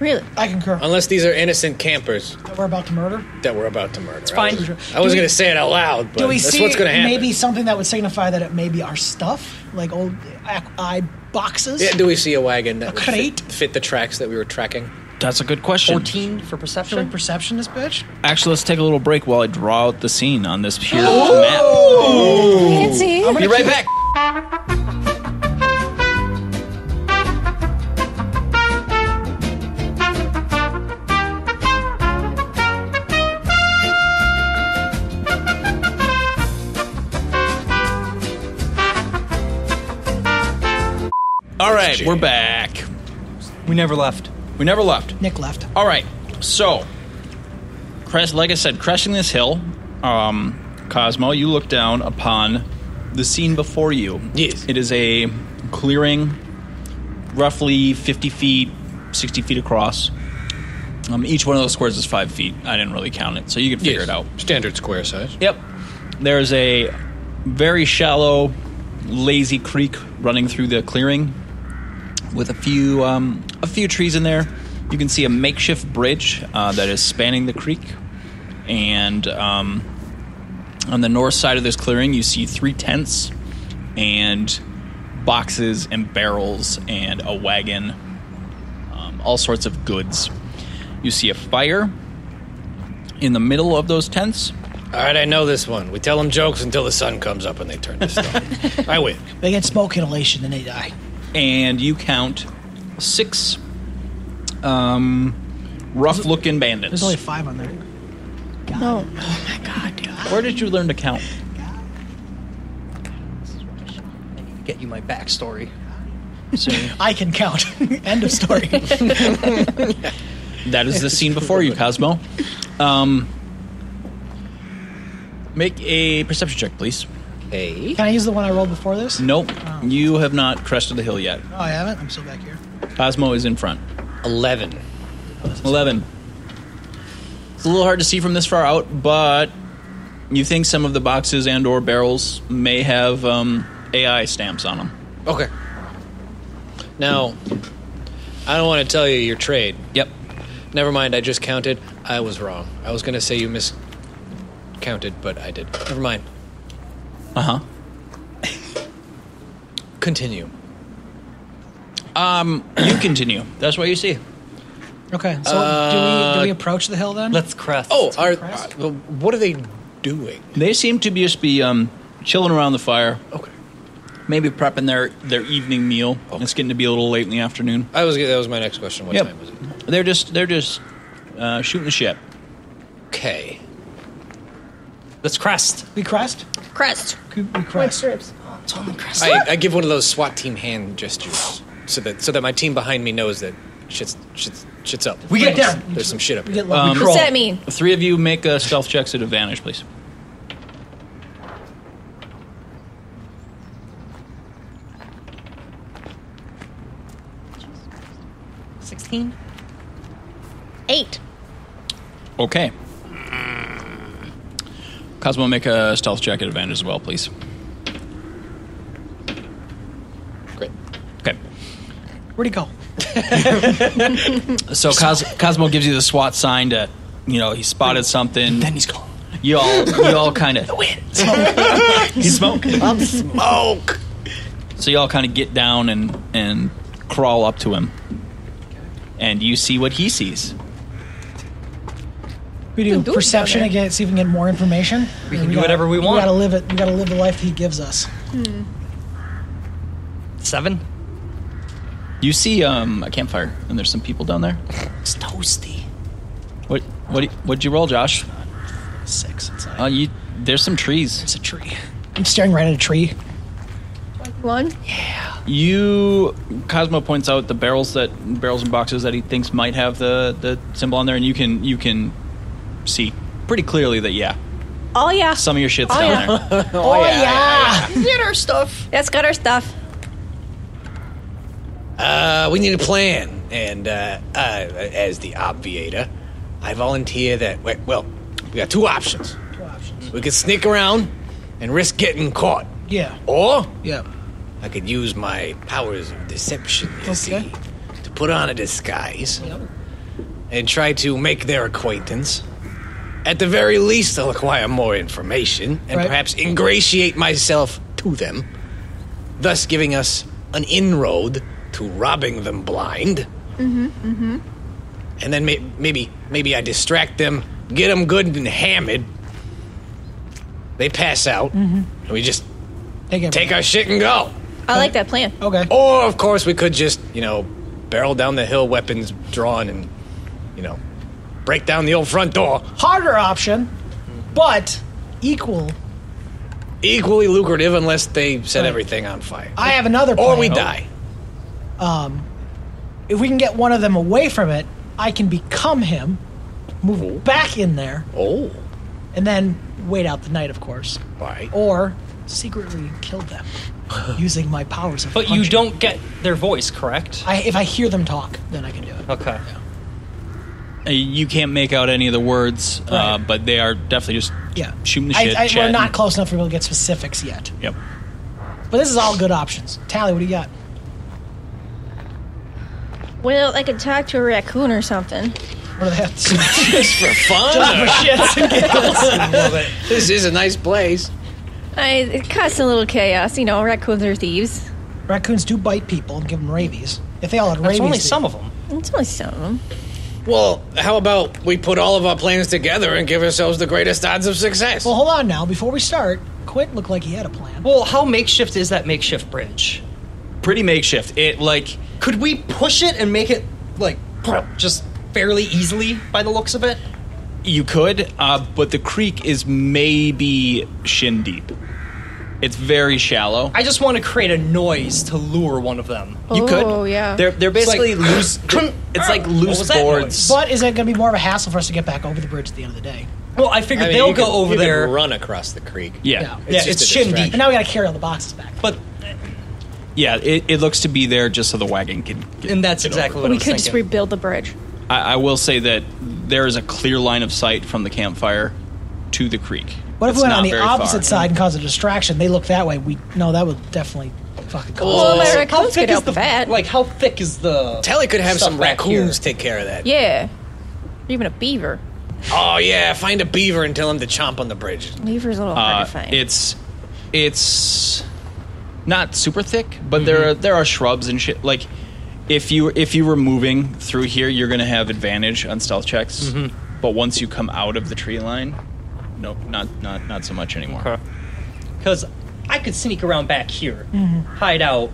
Really? I concur. Unless these are innocent campers That we're about to murder. that we're about to murder. It's fine. I was, Do we- going to say it out loud, but Do we that's see what's going to happen. maybe something that would signify that it may be our stuff, like old ac- eye boxes? Yeah, do we see a wagon that would fit, Crate? fit the tracks that we were tracking? That's a good question. 14 for Should we perception? perception this bitch? Actually, let's take a little break while I draw out the scene on this here map. Fancy. I'm gonna Be right keep- back. All right, we're back. We never left. We never left. Nick left. All right. So, crest, like I said, cresting this hill, um, Cosmo, you look down upon the scene before you. Yes. It is a clearing, roughly 50 feet, 60 feet across. Um, each one of those squares is five feet. I didn't really count it, so you can figure it out. Standard square size. Yep. There's a very shallow, lazy creek running through the clearing with a few um, a few trees in there. You can see a makeshift bridge uh, that is spanning the creek, and um, on the north side of this clearing, you see three tents and boxes and barrels and a wagon, um, all sorts of goods. You see a fire in the middle of those tents. All right, I know this one. We tell them jokes until the sun comes up and they turn to stone. I win. They get smoke inhalation and they die. and you count six um, rough looking bandits. There's only five on there. No. Oh my god, dude. Where did you learn to count? I need to get you my backstory. I can count. End of story. That is the scene before you, Cosmo. Um, make a perception check, please. Hey. can I use the one I rolled before this? Nope, you have not crested the hill yet. No, I haven't. I'm still back here. Cosmo is in front. 11. 11. It's a little hard to see from this far out, but you think some of the boxes and or barrels may have um, AI stamps on them. Okay. Now, I don't want to tell you your trade. Yep. Never mind, I just counted. I was wrong. I was going to say you miscounted, but I did. Never mind. Uh-huh. Continue. You continue. That's what you see. Okay. So do we do we approach the hill then? Uh, Let's crest. Oh, are, are- well, what are they doing? They seem to be just be um, chilling around the fire, Okay. maybe prepping their, their evening meal. It's getting to be a little late in the afternoon. I was that was my next question. What Yep. time was it? They're just they're just uh, shooting the shit. Okay. let's crest. we crest. Crest. We White crest. strips. I, I give one of those SWAT team hand gestures so that so that my team behind me knows that shit's shit's shit's up. We get down. There's some shit up. We Here. get um, lucky. What's that mean? Three of you make uh, stealth checks at advantage, please. Sixteen. Eight. Okay. Cosmo, make a stealth check at advantage as well, please. Great. Okay. Where'd he go? So Cos- Cosmo gives you the SWAT sign to, you know, he spotted something. Then he's gone. You all, you all kind of. He's smoking. I'm smoke. So you all kind of get down and and crawl up to him, and you see what he sees. We can do do it perception down there. again. See if we can get more information. We can do whatever we We want. gotta live it. We gotta live the life he gives us. Seven. You see um, a campfire, and there's some people down there. It's toasty. What what do- what'd you roll, Josh? Six. It's, like, Uh, you there's some trees. it's a tree. I'm staring right at a tree. One. You Cosmo points out the barrels that barrels and boxes that he thinks might have the the symbol on there, and you can you can see pretty clearly that yeah, Oh yeah. some of your shit's Oh, down yeah. there. oh yeah. Get our stuff. Let's get our stuff. Uh, we need a plan, and uh, uh, as the obviator, I volunteer that. we- Well, we got two options. Two options. We could sneak around and risk getting caught, Yeah. or Yeah. I could use my powers of deception, you Okay. see, to put on a disguise and try to make their acquaintance. At the very least, they'll acquire more information and Right. perhaps ingratiate myself to them, thus giving us an inroad to robbing them blind. Mm-hmm. Mm-hmm. And then may- maybe, maybe I distract them, get them good and hammered. They pass out, and we just Take it. take our shit and go. I like that plan. Okay. Oh. Or, of course, we could just, you know, barrel down the hill, weapons drawn, and, you know, break down the old front door. Harder option, but equal. Equally lucrative unless they set Right. everything on fire. Oh. I have another. Plan. or we die. If we can get one of them away from it, I can become him, move back in there, Oh, and then wait out the night, of course. Right. Or secretly kill them using my powers of. But you punching. don't get their voice, correct? I, if I hear them talk, then I can do it. Okay. Uh, You can't make out any of the words, uh, Right. but they are definitely just Yeah, shooting the I- shit. I, we're chatting. not close enough for people to get specifics yet, Yep. but this is all good options. Tally, what do you got? Well, I could talk to a raccoon or something. What do they have to say? for fun. I love it. this is a nice place. I, it caused a little chaos, you know. Raccoons are thieves. Raccoons do bite people and give them rabies. If they all had That's rabies, only they- some of them. It's only some of them. Well, how about we put all of our plans together and give ourselves the greatest odds of success? Well, hold on now. Before we start, Quint looked like he had a plan. Well, how makeshift is that makeshift bridge? Pretty makeshift. It like Could we push it and make it like just fairly easily by the looks of it? you could, uh, but the creek is maybe shin deep. It's very shallow. I just want to create a noise to lure one of them. you could. Oh, yeah. They're they're It's like- basically loose. It's like What loose was that boards. But is it going to be more of a hassle for us to get back over the bridge at the end of the day? Well, I figured I mean, they'll you go could- over you could there. run across the creek. yeah. It's yeah, just it's a shin deep. And now we got to carry all the boxes back. But Yeah, it, it looks to be there just so the wagon can. Get, and that's get exactly over. what we I was could just thinking. rebuild the bridge. I, I will say that there is a clear line of sight from the campfire to the creek. What if It's we went not on the very far. opposite side and caused a distraction? They look that way. We no, that would definitely fucking cause. Well, my how raccoons thick could is help the- with that. Like, how thick is the? Telly could have stuff some back raccoons here? take care of that. yeah. Even a beaver. Oh yeah, find a beaver and tell him to chomp on the bridge. Beaver's a little hard to Uh, find. it's it's not super thick, but Mm-hmm. there are there are shrubs and shit. Like if you if you were moving through here, you're gonna have advantage on stealth checks. Mm-hmm. But once you come out of the tree line, nope, not not not so much anymore. Because I could sneak around back here, hide out,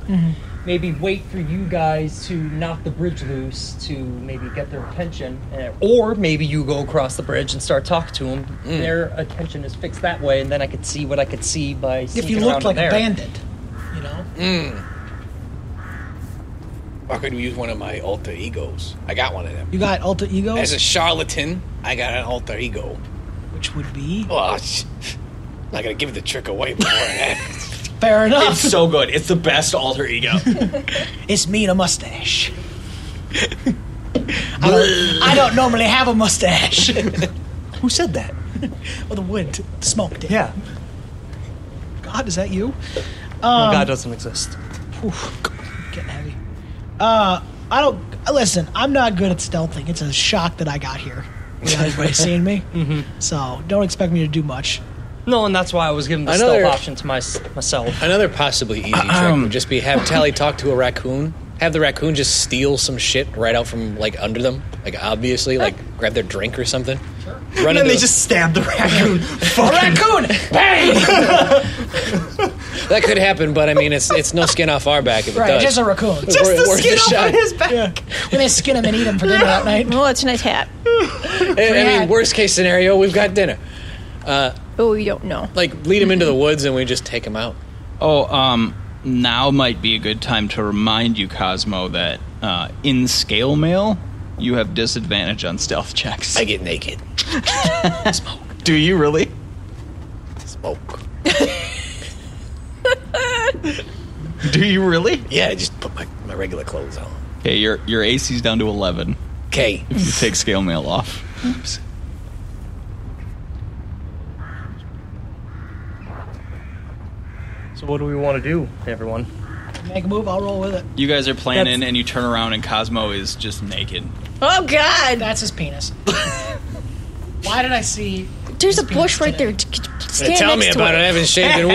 maybe wait for you guys to knock the bridge loose to maybe get their attention, eh, or maybe you go across the bridge and start talking to them. Their attention is fixed that way, and then I could see what I could see by if sneaking you around looked in like a there. bandit, you know. Or could we use one of my alter egos? I got one of them. You got alter egos, As a charlatan, I got an alter ego. which would be Oh, sh- not gonna give the trick away before it happens. fair enough. It's so good. It's the best alter ego. It's me and a mustache. I, don't, I don't normally have a mustache. Who said that? well, the wind, the smoke did. Yeah. God, is that you? Oh, God doesn't exist. Oof, getting heavy. Uh, I don't listen. I'm not good at stealthing. It's a shock that I got here. Without anybody seeing me, mm-hmm. so don't expect me to do much. No, and that's why I was giving the Another- stealth option to my, myself. Another possibly easy trick would just be have Tally talk to a raccoon. Have the raccoon just steal some shit right out from like under them, like obviously, like grab their drink or something. Sure. Run And into then they the- just stab the raccoon. A raccoon! that could happen, but I mean it's it's no skin off our back if it right, does. just a raccoon. It's worth- the worth skin off shot. of his back. when they skin him and eat him for dinner that night. well, it's a nice hat. I- I Yeah. mean, worst case scenario, we've got dinner. Oh, you don't know. Like lead him into the woods and we just take him out. Oh, um, now might be a good time to remind you, Cosmo, that uh, in scale mail, you have disadvantage on stealth checks. I get naked. Do you really? Smoke. Do you really? Yeah, I just put my, my regular clothes on. Okay, your your AC's down to eleven. Okay. If you take scale mail off. So, what do we want to do, everyone? Make a move, I'll roll with it. You guys are planning, and you turn around, and Cosmo is just naked. Oh, God. That's his penis. Why did I see? There's a bush right there. Stand Tell next me to about it. I it. haven't shaved in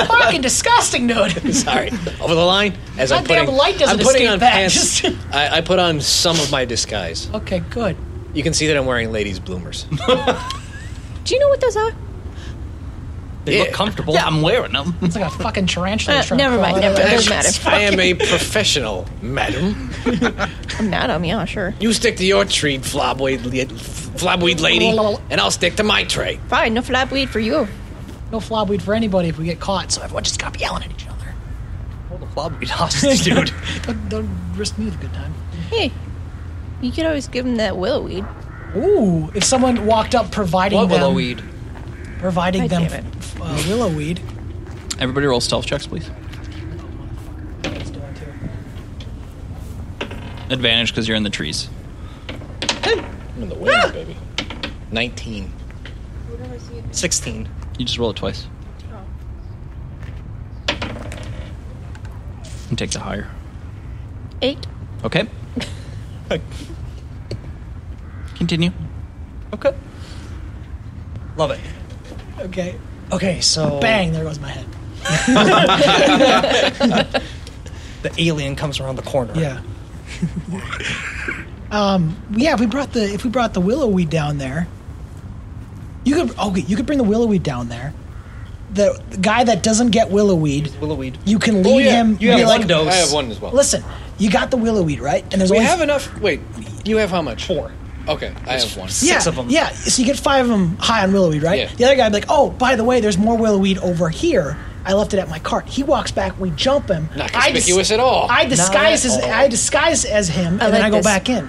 weeks. Fucking disgusting, dude. Sorry. Over the line. As I'm Goddamn putting, light doesn't I'm putting escape on that. pants. Just- I, I put on some of my disguise. Okay, good. You can see that I'm wearing ladies' bloomers. Do you know what those are? They Yeah. look comfortable. I'm wearing them. It's like a fucking tarantula. Uh, trying to never crawl mind, out never of there. mind. Doesn't matter. I am a professional, madam. I'm not them. Yeah, sure. You stick to your tree, flobweed, li- flobweed lady, and I'll stick to my tray. Fine, no flapweed for you. No flobweed for anybody if we get caught. So everyone just got yelling at each other. Hold the flabby hostage, dude. Don't, don't risk me with a good time. Hey, you could always give him that willow weed. Ooh, if someone walked up providing what them, willow weed? providing God them damn it. f- uh, willow weed. Everybody roll stealth checks, please. It's doing too. Advantage because you're in the trees. I'm in the wind, baby. 19. 16. You just roll it twice. And take the higher. Eight. Okay. Continue. Okay. Love it. Okay. Okay. So bang! There goes my head. The alien comes around the corner. Yeah. um. Yeah. If we brought the if we brought the willow weed down there, you could okay. You could bring the willow weed down there. The, the guy that doesn't get willow weed, Willow weed. Oh, you can lead him. You have be one like, dose. I have one as well. Listen, you got the willow weed right, and there's We only have enough. Wait, you have how much? Four. Okay, I have yeah, one. six of 'em. Yeah, so you get five of them high on willow weed, right? Yeah. The other guy be like, oh, by the way, there's more willow weed over here. I left it at my cart. He walks back. We jump him. Not I conspicuous at all. I disguise Not as at all. I disguise as him, and then like I go this. back in.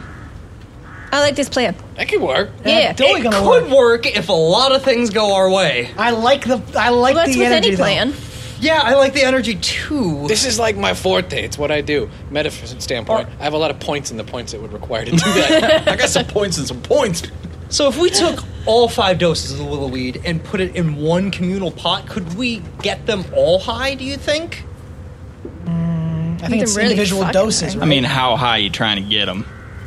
I like this plan. That could work. And Yeah. it's only It gonna could work. work if a lot of things go our way. I like the I like Well, that's the with energy any though. plan. Yeah, I like the energy too. This is like my forte. It's what I do. Metaphor standpoint. I have a lot of points in the points it would require to do that. I got some points and some points. So if we took all five doses of the willow weed and put it in one communal pot, could we get them all high, do you think? I think You it's can really individual fucking doses. hang. Right? I mean, how high you trying to get them?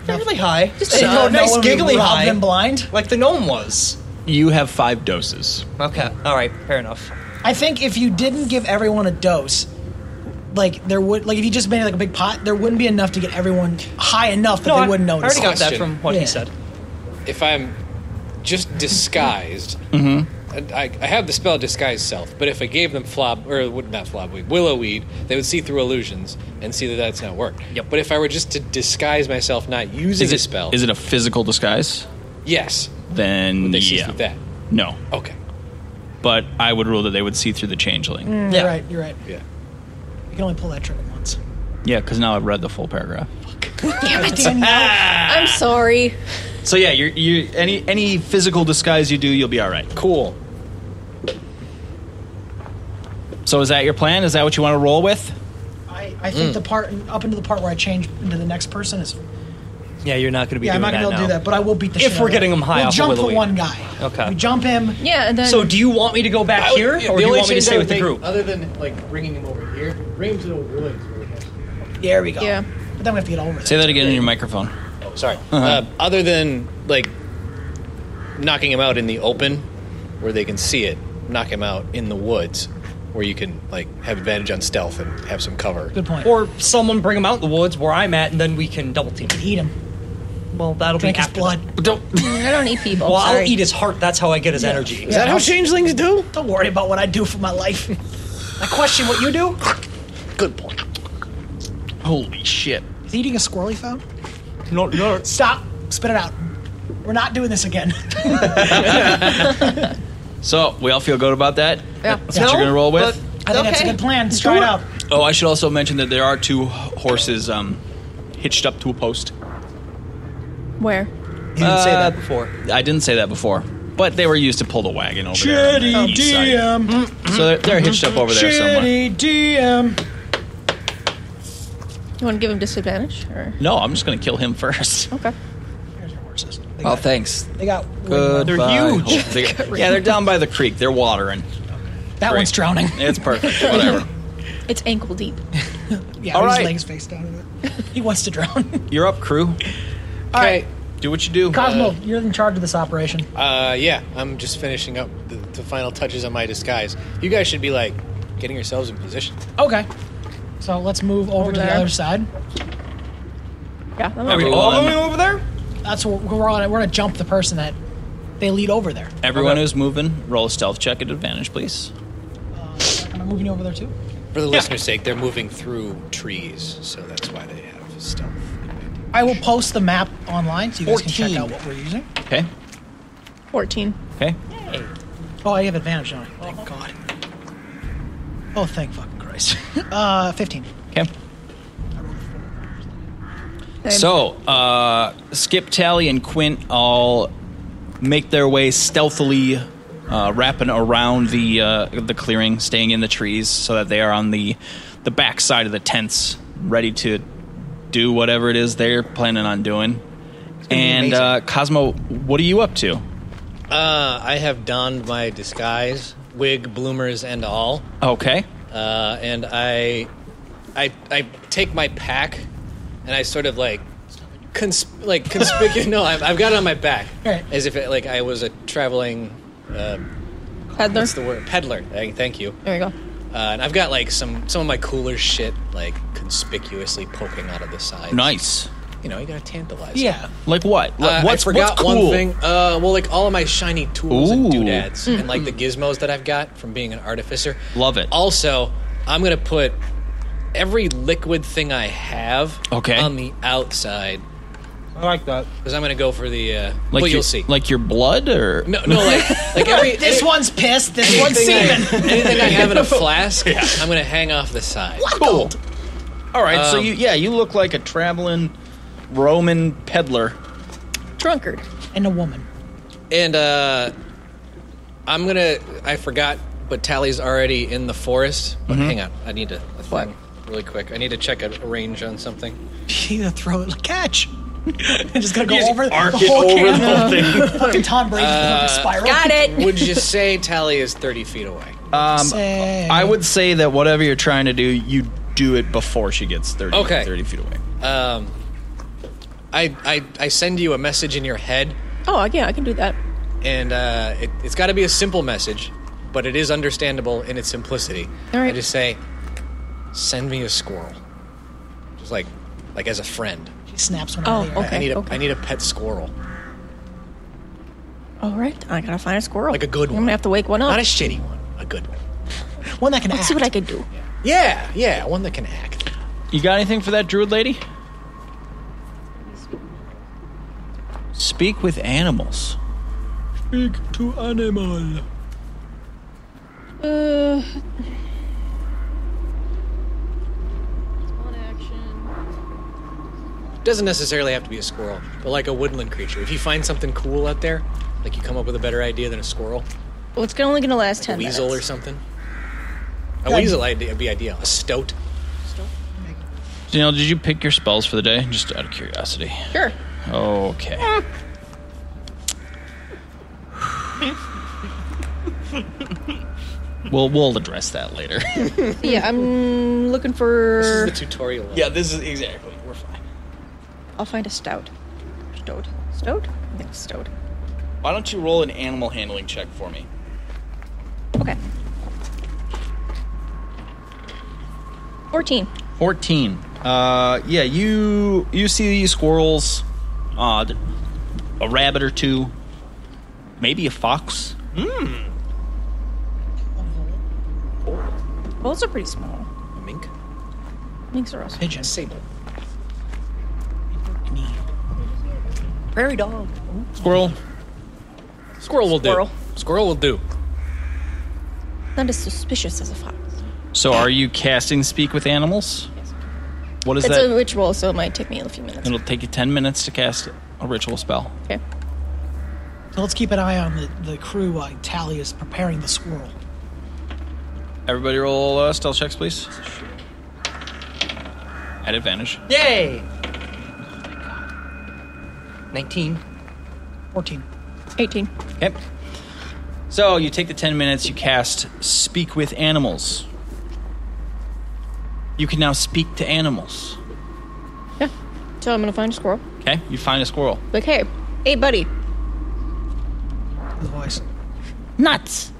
Not really high. Just a Uh, nice no one giggly would rob high. them blind. Like the gnome was. You have five doses. Okay, alright, fair enough. I think if you didn't give everyone a dose, like there would like if you just made it like a big pot, there wouldn't be enough to get everyone high enough that No, they I, wouldn't I notice. already got that Question. from what Yeah. he said. If I'm just disguised, Mm-hmm. I, I have the spell disguise self. But if I gave them flob or would not flob weed, willow weed, they would see through illusions and see that that's not work. Yep. But if I were just to disguise myself, not using Is it the spell, Is it a physical disguise? Yes. Then Would they see yeah. through that? No, Okay. but I would rule that they would see through the changeling. Yeah, 'cause Mm, You're Yeah. right. You're right. Yeah. You can only pull that trigger once. Yeah, because now I've read the full paragraph. Damn it. Danielle, I'm sorry. So yeah, you you any any physical disguise you do, you'll be all right. Cool. So is that your plan? Is that what you want to roll with? I, I think the part up into the part where I change into the next person is. Yeah, you're not going to be Yeah, I'm doing not gonna be able to do that, but I will beat the. If shit we're out of getting him high we'll off of jump Willow the Weed. one guy. Okay. We jump him. Yeah, and then so Oh, do you want me to go back I would- here, yeah, or do the you only want me to change I stay would with the think, group? Other than like bringing him over here, bring him to the woods where we have to There we go. Yeah. But then we have to get over. Say it. that again in your microphone. Sorry. uh other than like knocking him out in the open, where they can see it, knock him out in the woods, where you can like have advantage on stealth and have some cover. Good point. Or someone bring him out in the woods where I'm at, and then we can double team. eat him. Well, that'll Drink be his after blood. that. Don't. I don't eat people. Well, sorry. I'll eat his heart. That's how I get his energy. Is that how changelings do? Don't worry about what I do for my life. I question what you do. Good point. Holy shit! Is he eating a squirrel he found? No, no. Stop. Spit it out. We're not doing this again. So we all feel good about that. Yeah. That's what you're gonna roll with. I think that's a Okay. good plan. Let's try it out. Oh, I should also mention that there are two h- horses um, hitched up to a post. Where? You didn't say that before. I didn't say that before, but they were used to pull the wagon over there. on the east E side. So they're, they're hitched up over there somewhere. DM. You want to give him disadvantage? Or? No, I'm just gonna kill him first. Okay. There's your horses. They Oh, got, thanks. they got Good. They're huge. yeah, they're down by the creek. They're watering. That one's Great. drowning. It's perfect. Whatever. It's ankle deep. Yeah, All his right. legs face down in it. He wants to drown. You're up, crew. All right. Do what you do. Uh, Cosmo, you're in charge of this operation. Uh, yeah, I'm just finishing up the, the final touches on my disguise. You guys should be like getting yourselves in position. Okay. So let's move over, to the there. other side. Yeah. I'm Are we okay. all Oh, moving over there? That's what we're on. We're gonna jump the person that they lead over there. Everyone Okay. who's moving, roll a stealth check at advantage, please. Am I moving you over there too? For the listener's sake, they're moving through trees, so that's why they have stealth. I will post the map online so you guys can 14. check out what we're using. Okay. 14. Okay. Uh-huh. Oh, I have advantage now. Thank God. Oh, thank fucking Christ. Christ. Uh, 15. okay. So, uh, Skip, Tally, and Quint all make their way stealthily, uh, wrapping around the uh, the clearing, staying in the trees, so that they are on the the back side of the tents, ready to do whatever it is they're planning on doing. And amazing. uh, Cosmo, what are you up to? Uh, I have donned my disguise, wig, bloomers, and all. Okay, uh, and I, I, I take my pack, and I sort of like, cons- like conspicuous. no, I've, I've got it on my back, Alright. as if it, like I was a traveling. Uh, Peddler. what's the word? Peddler. Thank thank you. There we go. Uh, and I've got like some some of my cooler shit like conspicuously poking out of the side. nice. You know, you gotta tantalize. Yeah. Like what? Uh, Like, what's I forgot what's cool? one thing. Uh, well, like all of my shiny tools Ooh. and doodads, and like the gizmos that I've got from being an artificer. Love it. Also, I'm gonna put every liquid thing I have Okay. on the outside I like that. because I'm gonna go for the. Uh, Like well, your, you'll see. Like your blood, or no, no, like like every This any- one's pissed. This one's anything I- semen. anything I have in a flask, I'm gonna hang off the side. Cool. All right, so Um, you yeah, you look like a traveling Roman peddler. Drunkard. And a woman. And uh I'm gonna I forgot, but Tally's already in the forest. But Mm-hmm. hang on, I need to a thing really quick. I need to check a a range on something. She's gonna throw it like catch. And just gonna go over arc the it whole over the camp. whole thing. Fucking Tom Brady uh, spiral. Got it. Would you say Tally is thirty feet away? Say- um, I would say that whatever you're trying to do, you do it before she gets 30, Okay. 30 feet away. Um I, I I send you a message in your head Oh, yeah, I can do that. and uh it, it's gotta be a simple message, but it is understandable in its simplicity. All right. I just say send me a squirrel. Just like like as a friend. She snaps one Oh, out of the uh, air. I need a I okay. need a pet squirrel. All right. I gotta find a squirrel. Like a good I'm one. gonna have to wake one up. Not a shitty one, a good one. One that can act. See what I can do. Yeah, yeah, one that can act. You got anything for that druid lady? Speak with animals. Speak to animal. Uh, Doesn't necessarily have to be a squirrel, but like a woodland creature. If you find something cool out there, like you come up with a better idea than a squirrel, well, it's only gonna last a ten weasel or minutes. something. A weasel idea would be ideal. A stoat. Danielle, did you pick your spells for the day? Just out of curiosity. Sure. Okay. we'll we'll address that later. Yeah, I'm looking for. This is the tutorial. level. this is exactly. We're fine. I'll find a stout. Stout. Stout? I think it's stout. Why don't you roll an animal handling check for me? Okay. 14. 14 uh yeah you you see squirrels uh th- a rabbit or two maybe a fox Bulls are pretty small. A mink. Minks are also. A sable. Prairie dog. squirrel Squirrel will Squirrel. do. Squirrel will do. Not as suspicious as a fox. so are you casting speak with animals what is It's that a ritual, so it might take me a few minutes. it'll take you 10 minutes to cast a ritual spell Okay. So let's keep an eye on the, the crew while Tally is preparing the squirrel. everybody roll uh, stealth checks please at advantage Yay! 19. 14. 18. Yep. So you take the 10 minutes, you cast Speak with Animals. You can now speak to animals. Yeah. So I'm gonna find a squirrel. Okay? You find a squirrel. Like, hey, hey, buddy. The voice. Nuts.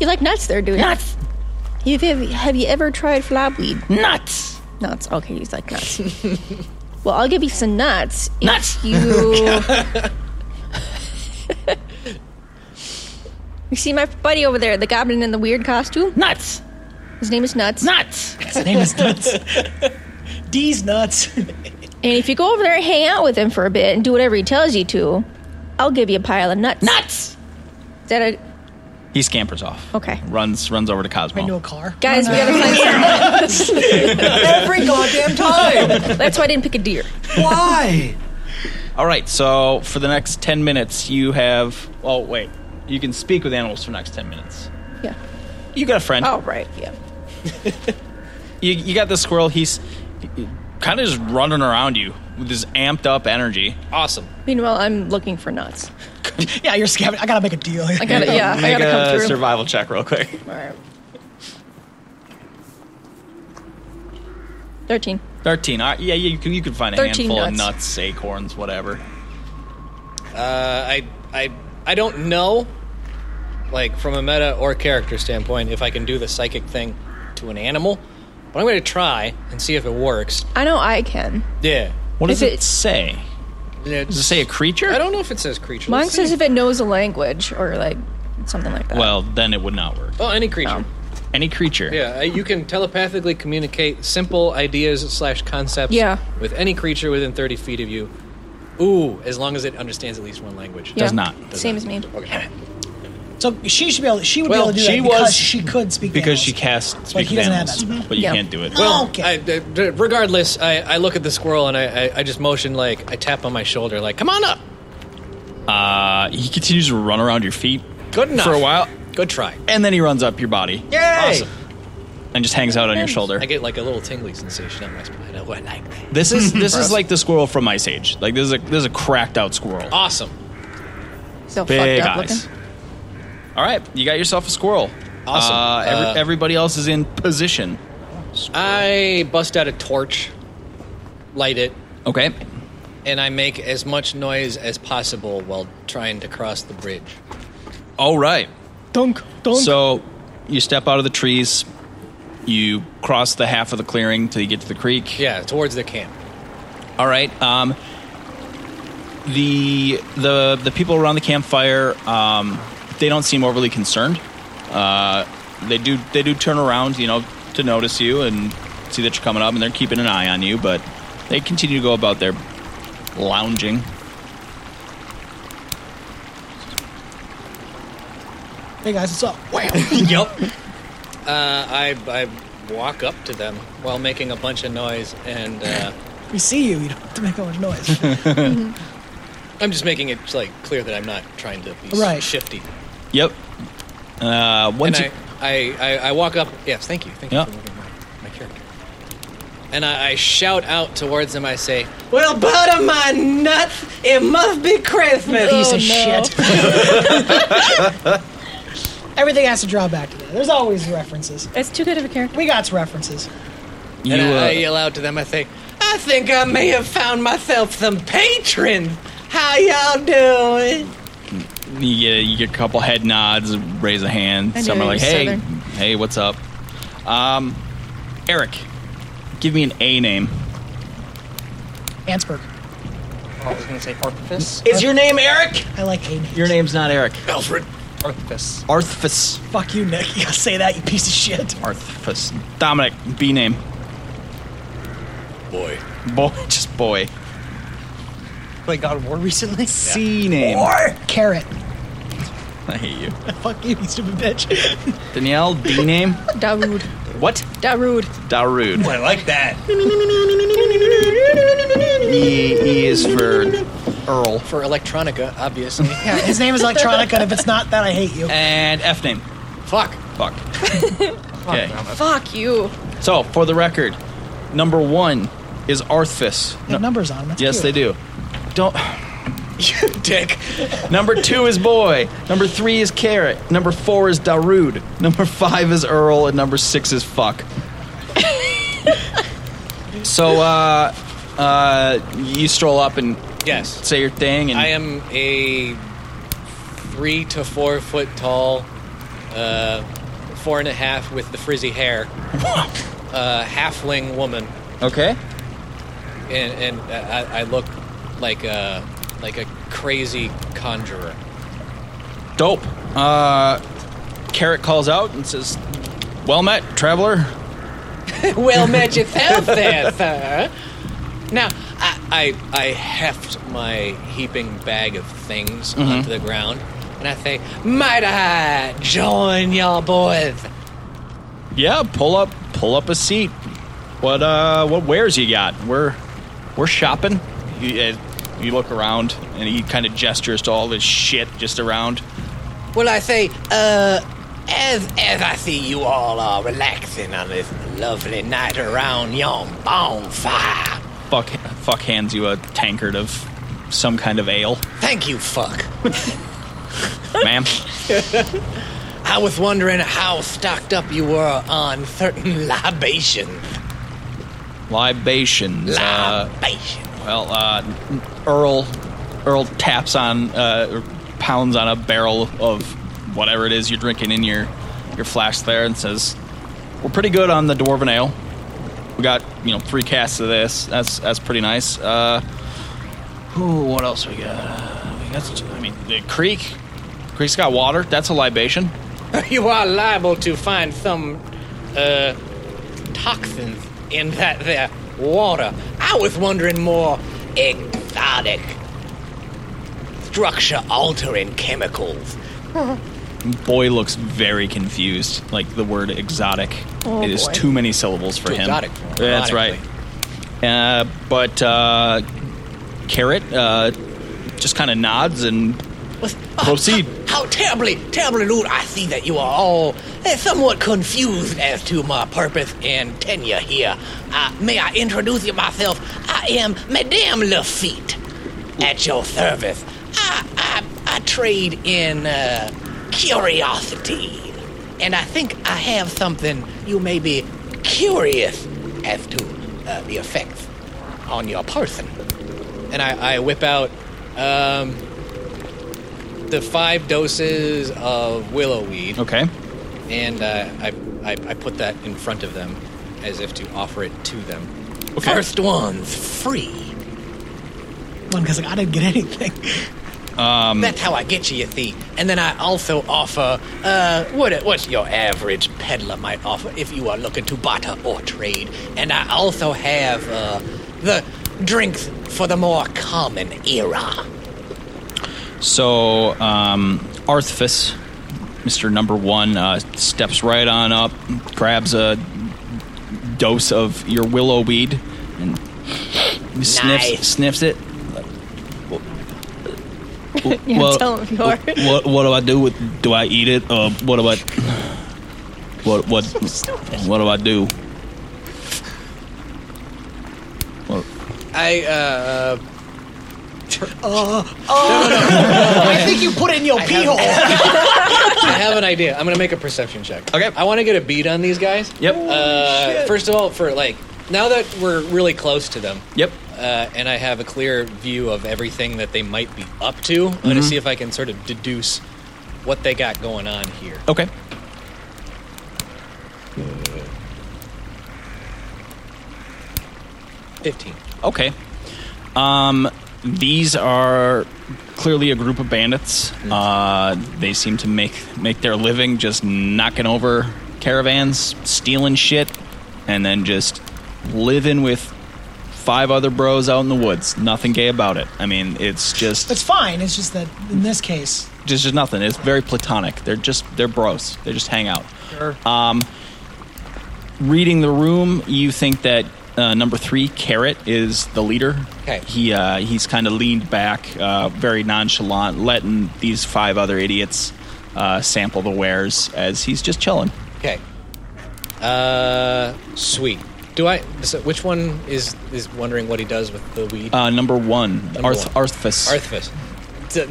You like nuts there, dude? Nuts. You've, have, have you ever tried flabweed? Nuts. Nuts. Okay, he's like nuts. well, I'll give you some nuts. Nuts. You. you see my buddy over there, the goblin in the weird costume? Nuts. His name is Nuts. Nuts. His name is Nuts. D's Nuts. And if you go over there and hang out with him for a bit and do whatever he tells you to, I'll give you a pile of nuts. Nuts. Is that a He scampers off. Okay. Runs runs over to Cosmo. Into a car. Guys, we gotta find someone. Every goddamn time. That's why I didn't pick a deer. Why? All right, so for the next 10 minutes, you have. Oh, wait. You can speak with animals for the next 10 minutes. Yeah. You got a friend. Oh, right. Yeah. You, you got this squirrel. He's kind of just running around you with his amped up energy. Awesome. Meanwhile, I'm looking for nuts. Yeah, you're scamming. I gotta make a deal. I gotta, yeah, I Make gotta a come through. survival check real quick. All right. 13. 13. All right, yeah, you, can- you can find a 13 handful of nuts. nuts, acorns, whatever. Uh, I I I don't know, like from a meta or character standpoint, if I can do the psychic thing to an animal, but I'm going to try and see if it works. I know I can. Yeah. What does If it it- say? Does it say a creature? I don't know if it says creature. Mine Let's see. says if it knows a language or like something like that. Well, then it would not work. Oh, any creature. Any creature. Yeah, uh, you can telepathically communicate simple ideas slash concepts Yeah. with any creature within 30 feet of you. Ooh, as long as it understands at least one language. Yeah. does not. Does Same not. as me. Okay. So she should be able. She would Well, be able to do she that because was- she could speak. Because animals. she cast Like, speak he with doesn't have animals, that. but you Yeah. can't do it. Well, Okay. I, I- d- regardless, I, I look at the squirrel and I, I, I just motion like I tap on my shoulder like, "Come on up." Uh, he continues to run around your feet Good enough. for a while, Good try. and then he runs up your body Awesome. and just hangs out on your shoulder. I get like a little tingly sensation on my spine. Oh, I like that. This is this is like the squirrel from Ice Age. Like this is a this is a cracked out squirrel. Awesome. So Big fucked up eyes. looking. All right, you got yourself a squirrel. Awesome. Uh, every, Uh, everybody else is in position. I bust out a torch, light it, Okay. and I make as much noise as possible while trying to cross the bridge. All right. dunk dunk. So you step out of the trees. You cross the half of the clearing till you get to the creek. Yeah, towards the camp. All right. Um, the the the people around the campfire, um, they don't seem overly concerned. Uh, they do they do turn around, you know, to notice you and see that you're coming up, and they're keeping an eye on you. But they continue to go about their lounging. hey guys, what's up? Wham. yep. Uh, I, I walk up to them while making a bunch of noise, and uh, We see you. You don't have to make that much noise. I'm just making it like clear that I'm not trying to be Right. shifty. Yep. Uh, And once you, I, I, I, I walk up. Yes, thank you. Thank Yeah. you for moving my, my character. And I, I shout out towards them. I say, Well, butter my nuts. It must be Christmas. Piece Oh, of no. shit. Everything has to draw back to that. There's always references. It's too good of a character. We got references. you and I, I uh, yell out to them. I say, I think I may have found myself some patrons. How y'all doing? you get, you get a couple head nods, raise a hand. I Some knew are he like, was "Hey, Southern." hey, what's up?" Um, Eric, give me an A name. Ansberg. I was gonna say Arthifus. Is your name Eric? I like Amy. Your name's not Eric. Alfred, Arthifus. Arthfus. Fuck you, Nick. You gotta say that, you piece of shit. Arthfus. Dominic, B name. boy, Boy, just boy. Played God of War recently. C name. Or carrot. I hate you. Fuck you, you stupid bitch. Danielle, D name. Darude. What? Darude. Darude. I like that. E, e is for Earl. for electronica, obviously. yeah, his name is Electronica, and if it's not that, I hate you. And F name. Fuck. Fuck. Okay. Fuck you. So, for the record, number one is Arthfus. They have numbers on them. That's Yes, they cute. do. Don't. You dick. Number two is boy. Number three is carrot. Number four is Darude. Number five is Earl, and number six is fuck. so, uh, uh, you stroll up and Yes. say your thing, and I am a three to four foot tall, uh, four and a half with the frizzy hair, uh, halfling woman, okay. and, and I, I look like a like a crazy conjurer. Dope. Uh, carrot calls out and says, "Well met, traveler." well met yourself there, sir. Now, I, I, I heft my heaping bag of things onto the ground, and and I say, "Might I join y'all boys?" Yeah, pull up, pull up a seat. What uh, what wares you got? We're we're shopping. You, uh, you look around, and he kind of gestures to all this shit just around. Well, I say, uh, as as I see you all are relaxing on this lovely night around yon bonfire, Fuck, fuck hands you a tankard of some kind of ale, thank you, fuck. ma'am. I was wondering how stocked up you were on certain libations. Libations. Uh, Libations. well, uh, Earl, Earl taps on, uh, or pounds on a barrel of whatever it is you're drinking in your your flask there, and says, "We're pretty good on the dwarven ale. We got you know three casts of this. That's that's pretty nice. Uh, ooh, what else we got? Uh, we got I mean, the creek. Creek's got water. That's a libation. you are liable to find some uh, toxins in that there water. I was wondering more exotic structure altering chemicals. Boy looks very confused. Like the word exotic, it is boy. too many syllables for Too him. exotic for him, That's right. Uh, but uh, carrot uh, just kind of nods and proceed. uh, How terribly, terribly rude. I see that you are all eh, somewhat confused as to my purpose and tenure here. Uh, may I introduce you myself? I am Madame Lafitte at your service. I, I, I trade in uh, curiosity, and I think I have something you may be curious as to uh, the effects on your person. And I, I whip out. Um, the five doses of willow weed, Okay. and uh, I, I I put that in front of them as if to offer it to them. Okay. First one's free. Because like, I didn't get anything. That's how I get you, you thief. And then I also offer uh, what what's your average peddler might offer if you are looking to barter or trade. And I also have uh, the drinks for the more common era. So um, Arthfus, Mister Number One, uh, steps right on up, grabs a dose of your willow weed, and sniffs Nice. sniffs it. Yeah, Well- tell him if you are. what what do I do with do I eat it or what do I what what what do I do? I uh, Oh, I think you put it in your pee hole. I have an idea. I'm gonna make a perception check. Okay. I want to get a beat on these guys. Yep. Uh, first of all, for like now that we're really close to them, yep. uh, and I have a clear view of everything that they might be up to, I'm gonna Mm-hmm. see if I can sort of deduce what they got going on here. Okay. Fifteen. Okay. Um, these are clearly a group of bandits. Uh, they seem to make make their living just knocking over caravans, stealing shit, and then just living with five other bros out in the woods. Nothing gay about it. I mean, it's just It's fine. It's just that in this case, just just nothing. It's very platonic. They're just they're bros. They just hang out. Sure. Um, reading the room, you think that uh, number three Carrot is the leader. Okay. He uh, he's kind of leaned back, uh, very nonchalant, letting these five other idiots uh, sample the wares as he's just chilling. Okay. Uh, sweet. Do I? So which one is is wondering what he does with the weed? Uh, number one, Number Arth- one. Arthfus. Arthfist.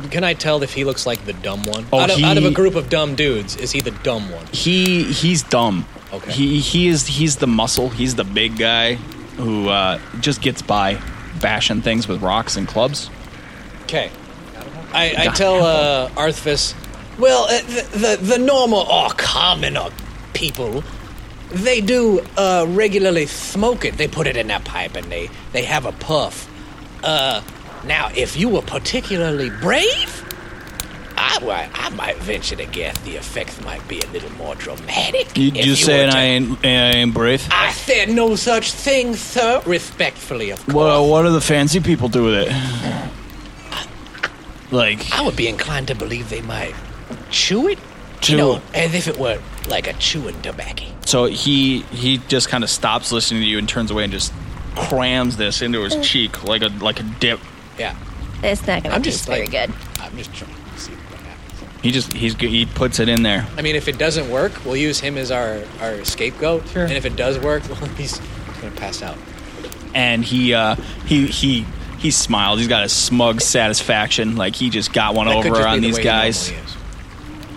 D- Can I tell if he looks like the dumb one? Oh, out, of, out of a he- group of dumb dudes, is he the dumb one? he he's dumb. Okay. He he is he's the muscle. He's the big guy who uh, just gets by bashing things with rocks and clubs. Okay. I, I tell uh, Arthvis, well, uh, the, the, the normal or common uh, people, they do uh, regularly smoke it. They put it in their pipe and they, they have a puff. Uh, now, if you were particularly brave, I, wi- I might venture to guess the effects might be a little more dramatic. You if you were saying to- I ain't, I ain't brave? I said no such thing, sir. Respectfully, of course. Well, what do the fancy people do with it? Like, I would be inclined to believe they might chew it. Chew You know, it. as if it were like a chewing tobacco. so he he just kind of stops listening to you and turns away and just crams this into his cheek like a like a dip. Yeah. It's not gonna I'm taste just very like, good. I'm just trying to see what happens. He just he's g- he puts it in there. I mean, if it doesn't work, we'll use him as our, our scapegoat. Sure. And if it does work, well, he's going to pass out. and he uh, he he he smiles. He's got a smug satisfaction, like he just got one That could over just be on the these way he guys. normally is.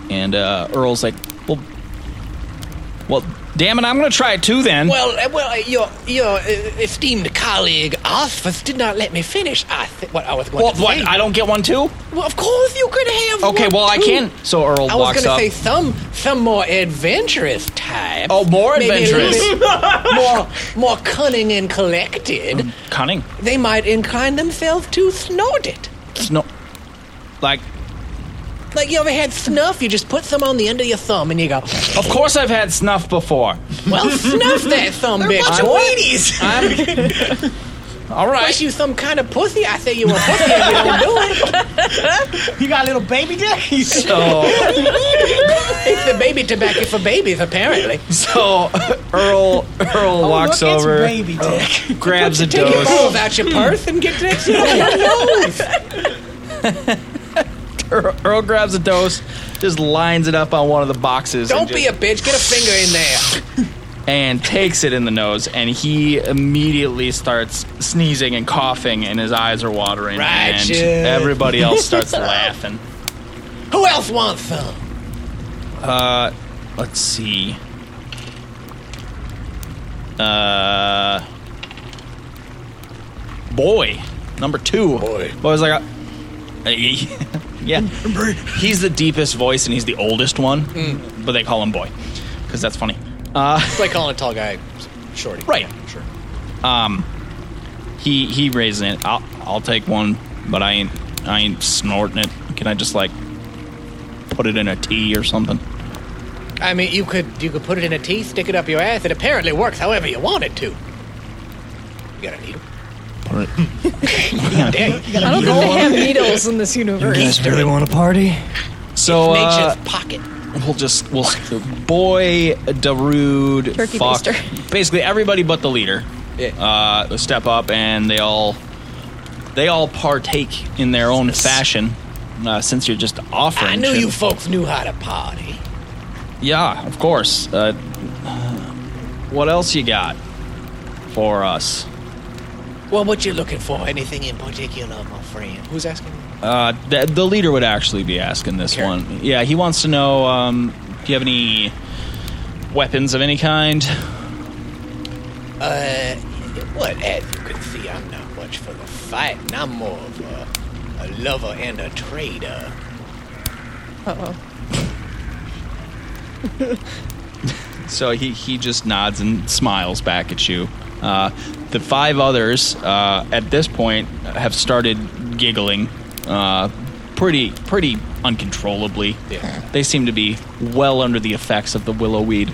And uh, Earl's like, well, well, damn it, I'm gonna try it too then. Well, uh, well, uh, your your uh, esteemed colleague Arthur did not let me finish. I th- what I was going Well, to what? say. I don't get one too. Well, of course you could have. Okay, one, well I too. can. So Earl I was walks going to up. say some some more adventurous type. Oh, more Maybe a adventurous. little bit more more cunning and collected. Cunning. They might incline themselves to snort it. It's no, like, Like you ever had snuff? You just put some on the end of your thumb and you go, of course I've had snuff before. "Well, snuff that thumb, bitch!" bunch of boy." All Unless right. you some kind of pussy, I say you were pussy and you don't do it. You got a little baby dick? So. It's the baby tobacco for babies, apparently. So Earl Earl Oh, walks look, it's over, baby Oh, dick. grabs a Take your dose. balls out your purse and get next to Earl, Earl grabs a dose, just lines it up on one of the boxes. and Don't be a just- bitch. Get a finger in there. and takes it in the nose, and he immediately starts sneezing and coughing, and his eyes are watering, and Ratchet. everybody else starts laughing. Who else wants some? Let's see. Uh, Uh, boy, number two. Boy. was like, a- yeah, he's the deepest voice and he's the oldest one, but they call him boy because that's funny. It's like calling a tall guy shorty. Right. Yeah, sure. He he raising it. I'll I'll take one, but I ain't I ain't snorting it. Can I just like put it in a tea or something? I mean, you could you could put it in a tea, stick it up your ass. It apparently works however you want it to. You got a needle? Put it. Dang. I don't think they have needles in this universe. really want to party? So uh, Nature's pocket. we'll just we'll boy Darude Turkey fuck baster. basically everybody but the leader Yeah. uh, step up and they all they all partake in their own fashion uh, since you're just offering I knew shit. you folks knew how to party. yeah of course uh, what else you got for us Well, what you looking for? Anything in particular, my friend? Who's asking? uh, the, the leader would actually be asking this Okay. one yeah he wants to know um, do you have any weapons of any kind Uh, what? As you can see, I'm not much for the fight, and I'm more of a, a lover and a trader. So he, he just nods and smiles back at you. Uh, the five others uh, at this point have started giggling uh, pretty pretty uncontrollably. Yeah. They seem to be well under the effects of the willow weed.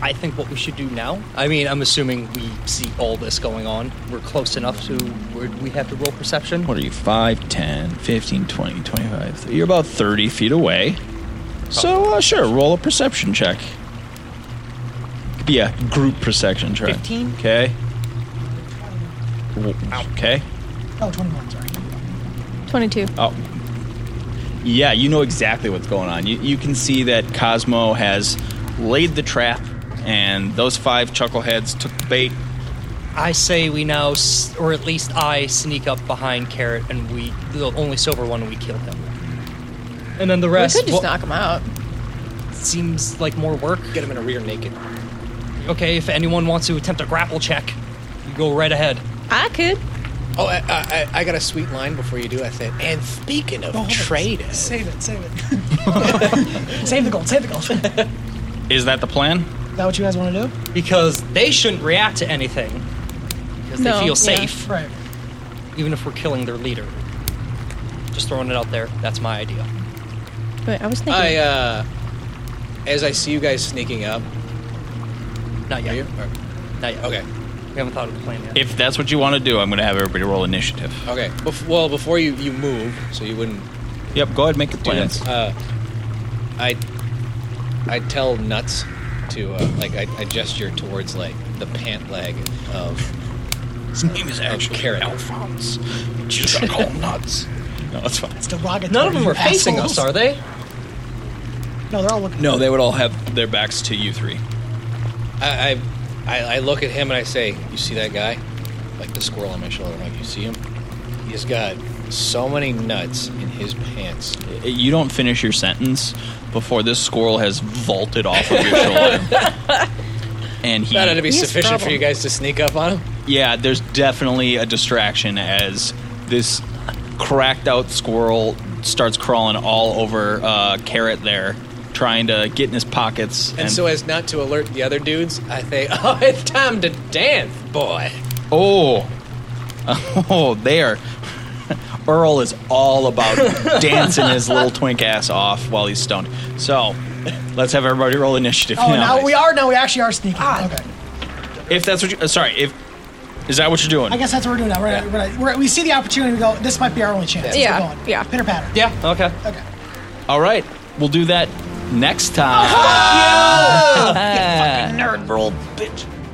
I think what we should do now. I mean, I'm assuming we see all this going on. We're close enough to where we have to roll perception. What are you, 5, 10, 15, 20, 25? 30. You're about 30 feet away. So, uh, sure, roll a perception check. Could be a group perception check. 15? Okay. W- Okay. Oh, 21, sorry. 22. Oh. Yeah, you know exactly what's going on. You, you can see that Cosmo has laid the trap, and those five chuckleheads took the bait. I say we now, s- or at least I, sneak up behind Carrot and we, the only silver one, we kill him. And then the We rest could just well, knock them out. seems like more work. Get him in a rear naked. Okay, if anyone wants to attempt a grapple check, you go right ahead. I could. Oh, I, I, I- I got a sweet line before you do. I said, and speaking Oh, Oh, of traders, Save it, save it. save the gold, save the gold. Is that Is that the plan? what you guys want to do? Because they shouldn't react to anything. Because No, they yeah. feel safe, Right. even if we're killing their leader. Just throwing it out there. That's my idea. Wait, I was thinking. I uh, as I see you guys sneaking up, Not are yet. you? Or- Not yet. Okay. We haven't thought of the plan yet. If that's what you want to do, I'm going to have everybody roll initiative. Okay. Bef- well, before you, you move, so you wouldn't Yep, go ahead, make your do plans. that. Uh, I I tell nuts to uh, like I, I gesture towards like the pant leg of His name is actually carrot. Alphonse. Just got called nuts. No, that's fine. derogatory. None of them you are facing assholes. us, are they? No, they're all looking. No, they would all have their backs to you three. I, I- I I look at him and I say, "You see that guy? Like the squirrel on my shoulder. I'm like, you see him? He's got so many nuts in his pants." You don't finish your sentence before this squirrel has vaulted off of your shoulder. and he That ought to be He has sufficient for problem. you guys to sneak up on him. Yeah, there's definitely a distraction as this cracked out squirrel starts crawling all over uh, Carrot there, trying to get in his pockets. And so, as not to alert the other dudes, I say, "Oh, it's time to dance, boy." Oh, oh, there. Earl is all about dancing his little twink ass off while he's stoned. So, let's have everybody roll initiative. Oh, now we are. No, we actually are sneaking. Okay. If that's what you, uh, sorry, if is that what you're doing? I guess that's what we're doing now. We're, we're, we're- we see the opportunity. We go. This might be our only chance. Yeah, We're going. yeah. Pitter patter. Yeah. Okay. Okay. All right. We'll do that next time.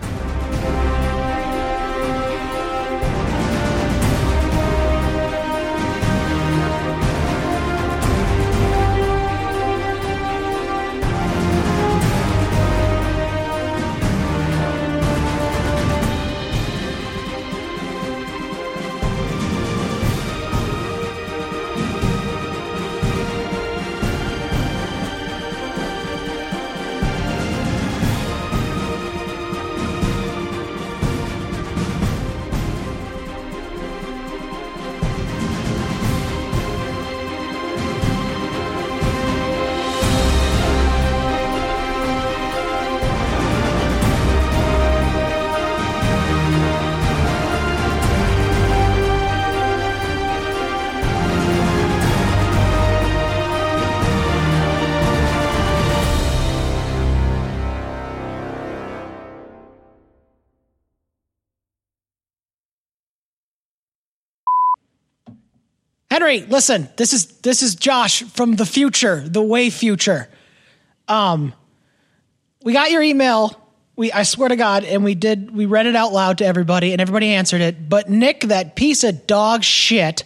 Henry, listen. This is this is Josh from the future, the way future. Um, we got your email. We I swear to God, and we did. We read it out loud to everybody, and everybody answered it. But Nick, that piece of dog shit,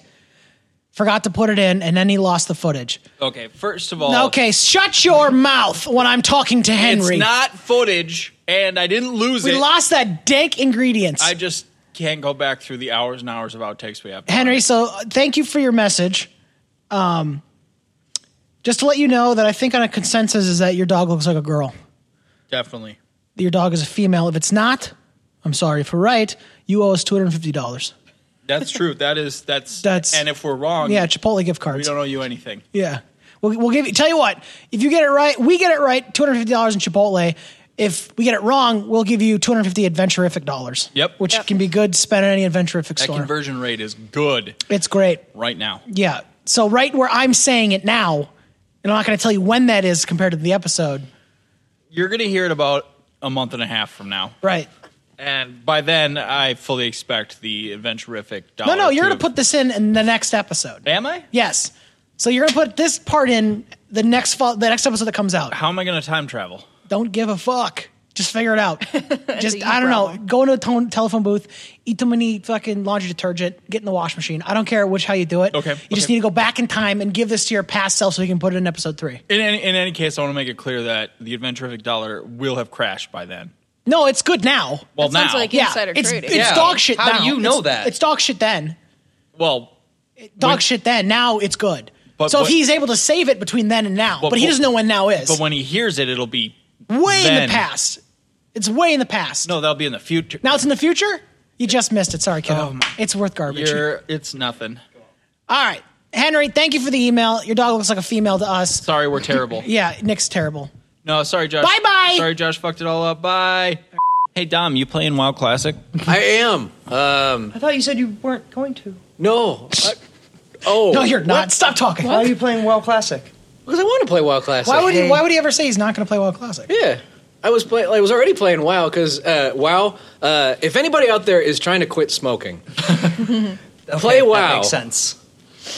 forgot to put it in, and then he lost the footage. Okay, first of all, Okay, shut your mouth when I'm talking to Oh. it's Henry. not footage, and I didn't lose we it. lost that dank ingredients. I just can't go back through the hours and hours of outtakes we have. Henry, so uh, thank you for your message. Um, just to let you know that I think on a consensus is that your dog looks like a girl. Definitely. That Your dog is a female. If it's not, I'm sorry. If we're right, you owe us two hundred and fifty dollars. That's true. That is that's That's- and if we're wrong, Yeah, Chipotle gift we cards. don't owe you anything. Yeah, we'll, we'll give you. Tell you what, if you get it right, we get it right. Two hundred fifty dollars in Chipotle. If we get it wrong, we'll give you two hundred fifty adventurific dollars. Yep. which Yep. can be good spent at any adventurific That store. conversion rate is good it's great. right now. Yeah. So right where I'm saying it now, and I'm not going to tell you when that is compared to the episode. You're gonna hear it about a month and a half from now. Right. And by then, I fully expect the adventurific. No, no, dollar you're to going to put this in in the next episode. Am I? Yes. So you're going to put this part in the next fo- the next episode that comes out. How am I going to time travel? Don't give a fuck. Just figure it out. Just you I don't know. problem. Go into a tone, telephone booth, eat too many fucking laundry detergent, get in the wash machine. I don't care which how you do it. Okay, You just okay. need to go back in time and give this to your past self so you can put it in episode three. In any, in any case, I want to make it clear that the adventurific dollar will have crashed by then. No, it's good now. Well, That sounds now, like- yeah, Insider it's, trading. it's Yeah. dog shit. How do now. you know It's- that? It's dog shit then. well, dog When- shit then. Now it's good. But so if what- he's able to save it between then and now, but, he but- doesn't know when now is. but when he hears it, it'll be way in then. the past. It's way in the past. No, that'll be in the future. Now it's in the future? You just missed it. Sorry, kiddo. Um, it's worth garbage. You're, it's nothing. All right. Henry, thank you for the email. Your dog looks like a female to us. Sorry, we're terrible. Yeah, Nick's terrible. No, sorry, Josh. Bye-bye. Sorry, Josh fucked it all up. Bye. Hey, Dom, you playing WoW Classic? I am. Um, I thought you said you weren't going to. no. I- oh, No, you're not. Stop talking. Why are you playing WoW Classic? because I want to play WoW Classic. Why would he Hey. why would he ever say he's not gonna play Wild Classic? Yeah. I was play, I was already playing WoW because uh, WoW. Uh, if anybody out there is trying to quit smoking, play Okay, WoW That makes sense.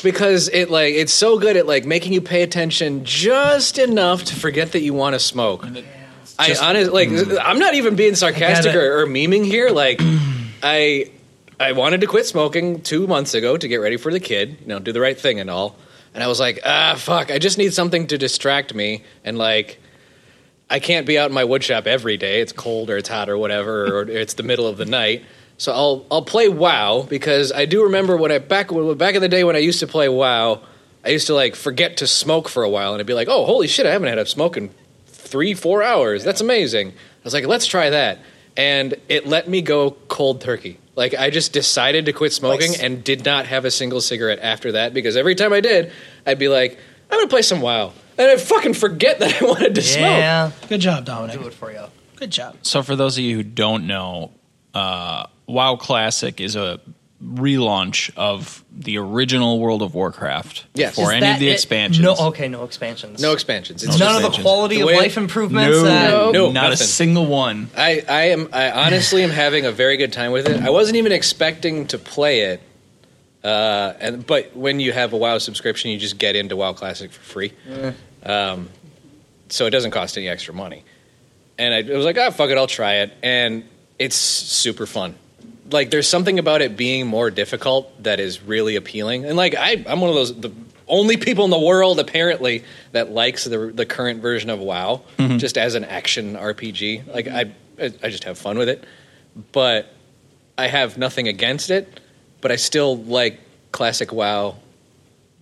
because it like it's so good at like making you pay attention just enough to forget that you want to smoke. I honestly like I'm not even being sarcastic I gotta- or, or memeing here. Like I I wanted to quit smoking two months ago to get ready for the kid, you know, do the right thing and all. And I was like, ah, fuck, I just need something to distract me and like. I can't be out in my wood shop every day. It's cold or it's hot or whatever, or it's the middle of the night. So I'll I'll play WoW because I do remember when I back when- back in the day when I used to play WoW, I used to like forget to smoke for a while, and I'd be like, oh holy shit, I haven't had a smoke in three four hours. That's amazing. I was like, let's try that, and it let me go cold turkey. Like I just decided to quit smoking and did not have a single cigarette after that because every time I did, I'd be like, I'm gonna play some WoW, and I fucking forget that I wanted to smoke. Yeah. Good job, Dominic. it for you. Good job. So, for those of you who don't know, uh, WoW Classic is a relaunch of the original World of Warcraft Yes. for Is any of the expansions. No, okay, no expansions. No expansions. None It's just- of the expansions. quality The of way- life improvements. uh, that- no, No, not a nothing. single one. I, I am I honestly am having a very good time with it. I wasn't even expecting to play it. Uh, and but when you have a WoW subscription, you just get into WoW Classic for free. Um, so it doesn't cost any extra money. And I, I was like, ah, fuck it, I'll try it. And it's super fun. Like there's something about it being more difficult that is really appealing. And like I, I'm one of those the only people in the world apparently that likes the the current version of WoW just as an action RPG. Like I, I I just have fun with it. But I have nothing against it. But I still like classic WoW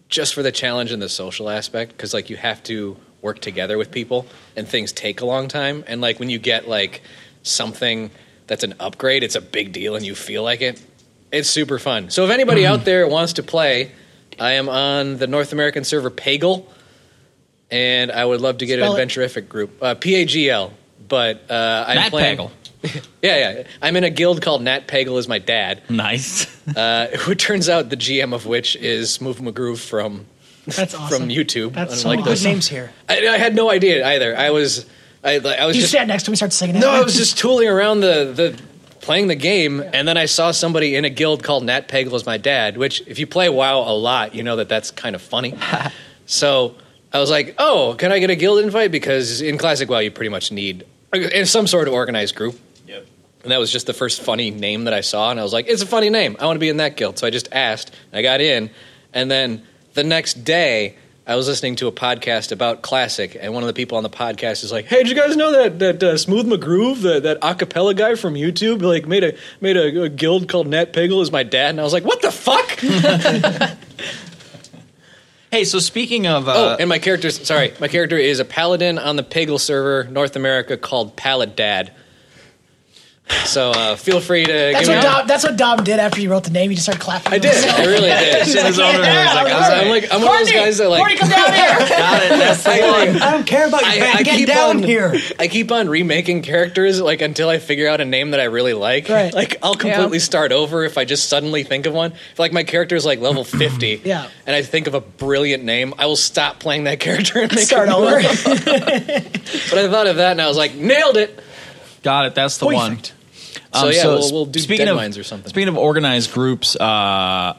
just for the challenge and the social aspect because like you have to work together with people and things take a long time and like when you get like something that's an upgrade it's a big deal and you feel like it it's super fun so if anybody out there wants to play i am on the north american server pagel and i would love to get Spell an it. adventurific group uh, p-a-g-l but uh, i'm Matt playing Pagel. yeah yeah i'm in a guild called nat pagel is my dad Nice. uh, who turns out the gm of which is move mcgroove from That's awesome. from YouTube. That's so Unlike many those- good names here. I, I had no idea either. I was, I, like, I was You just sat next to me, started singing. no, I was just tooling around the the playing the game, and then I saw somebody in a guild called Nat Pagel is my dad. Which, if you play WoW a lot, you know that that's kind of funny. so I was like, oh, can I get a guild invite? Because in classic WoW, you pretty much need uh, in some sort of organized group. And that was just the first funny name that I saw. And I was like, it's a funny name. I want to be in that guild. So I just asked. And I got in. And then the next day, I was listening to a podcast about Classic. And one of the people on the podcast is like, hey, did you guys know that, that uh, Smooth McGroove, that, that acapella guy from YouTube, like made a, made a, a guild called Nat Pigel is my dad? And I was like, what the fuck? Hey, so speaking of. oh, Uh, and my character, sorry, my character is a paladin on the Pigel server, North America, called Palad Dad. So uh, feel free to That's give me what, Dom, that's what Dom did after he wrote the name. He just started clapping. I did. I really did. He's like, yeah, I was- I'm like, I'm one of those guys that Courtney, like. come down here. got it. That's the one. I don't care about you. I- man. I Get keep down on- here. I keep on remaking characters like until I figure out a name that I really like. Right. Like I'll completely start over if I just suddenly think of one. If like my character is like level fifty, Yeah. and I think of a brilliant name, I will stop playing that character and make Start a new over. one. But I thought of that and I was like, nailed it. Got it. That's the Perfect. one. So, yeah, we'll- sp- we'll do speaking of- deadlines or something. Speaking of organized groups, uh,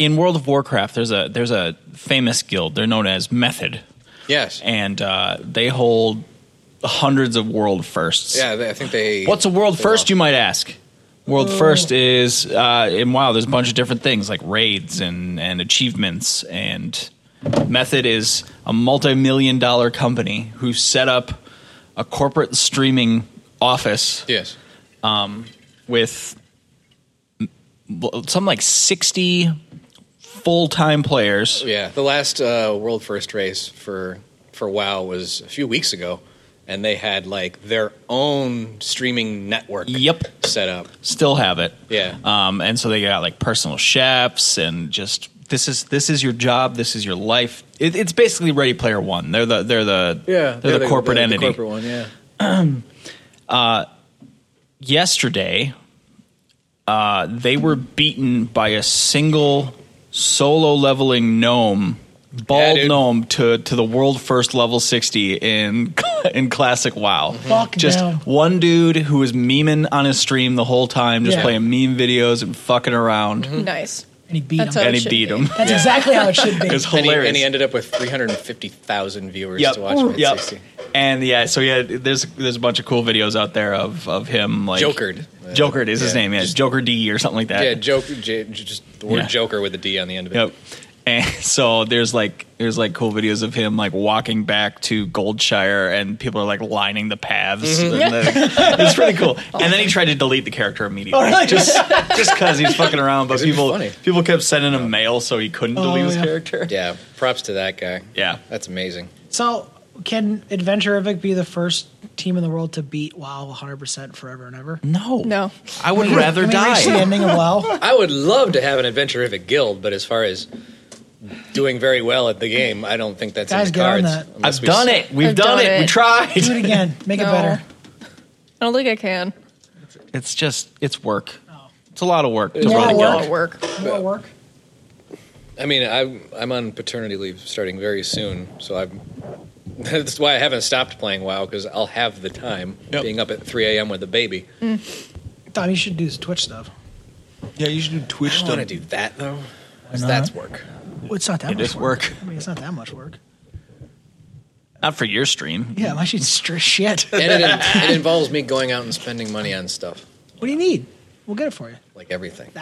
in World of Warcraft, there's a there's a famous guild. They're known as Method, Yes. and uh, they hold hundreds of world firsts. yeah, they- I think they. What's a world they Oh. first, will. you might ask? World first is, uh, and wow, there's a bunch of different things like raids and, and achievements. And Method is a multi million dollar company who set up a corporate streaming office Yes. with m- some like 60 full time players. Yeah, the last uh, world first race for for WoW was a few weeks ago, and they had like their own streaming network. Yep. set up. still have it. Yeah. Um, and so they got like personal chefs and just this is this is your job. This is your life. It, it's basically Ready Player One. They're the they're the they're the corporate entity. corporate one, yeah. Yesterday, uh, they were beaten by a single solo leveling gnome bald dude. gnome to to the world first level 60 in in classic WoW. Mhm. Fuck just them. one dude who was memeing on his stream the whole time, just Yeah. playing meme videos and fucking Mhm. around, Nice. And he beat That's him. how it and he should beat be. him. That's exactly how it should be. It was And he, hilarious. and he ended up with 350,000 viewers Yep. to watch him at yep. 60. And yeah, so yeah, there's there's a bunch of cool videos out there of of him like Jokered. Jokered is his Yeah. name, yeah. Just- Joker D or something like that. Yeah, joke, j- j- just the word Yeah. Joker with a D on the end of it. Yep. And so there's like there's like cool videos of him like walking back to Goldshire, and people are like lining the paths. And the- it's pretty cool. And then he tried to delete the character immediately, just just because he's fucking around. But Isn't it people funny? people kept sending him mail, so he couldn't delete his yeah. character. Yeah, props to that guy. Yeah. That's amazing. so, can Adventurific be the first team in the world to beat WoW 100% forever and ever? No, No. I would rather Can we reach the die. ending of WoW? I would love to have an adventurific guild, but as far as doing very well at the game, I don't think that's Guys, in the get on cards. that. unless I've we- done it. We've I've done, done it. We it. Do it tried. again. Make it No. better. I don't think I can. It's just it's work. It's a lot of work. To a lot run a of guild. work. It'll work. Will it work? I mean, I, I'm on paternity leave starting very soon, so I'm. That's why I haven't stopped playing WoW because I'll have the time being up at 3 a.m. with the baby. Tom, you should do some Twitch stuff. Yeah, you should do Twitch I don't want to do that though. 'cause That's work. Well, It's not that It much is work. work. I mean, it's not that much work. Not for your stream. Yeah, my shit's str- shit. what And it, it involves me going out and spending money on stuff do you need? We'll get it for you. like everything.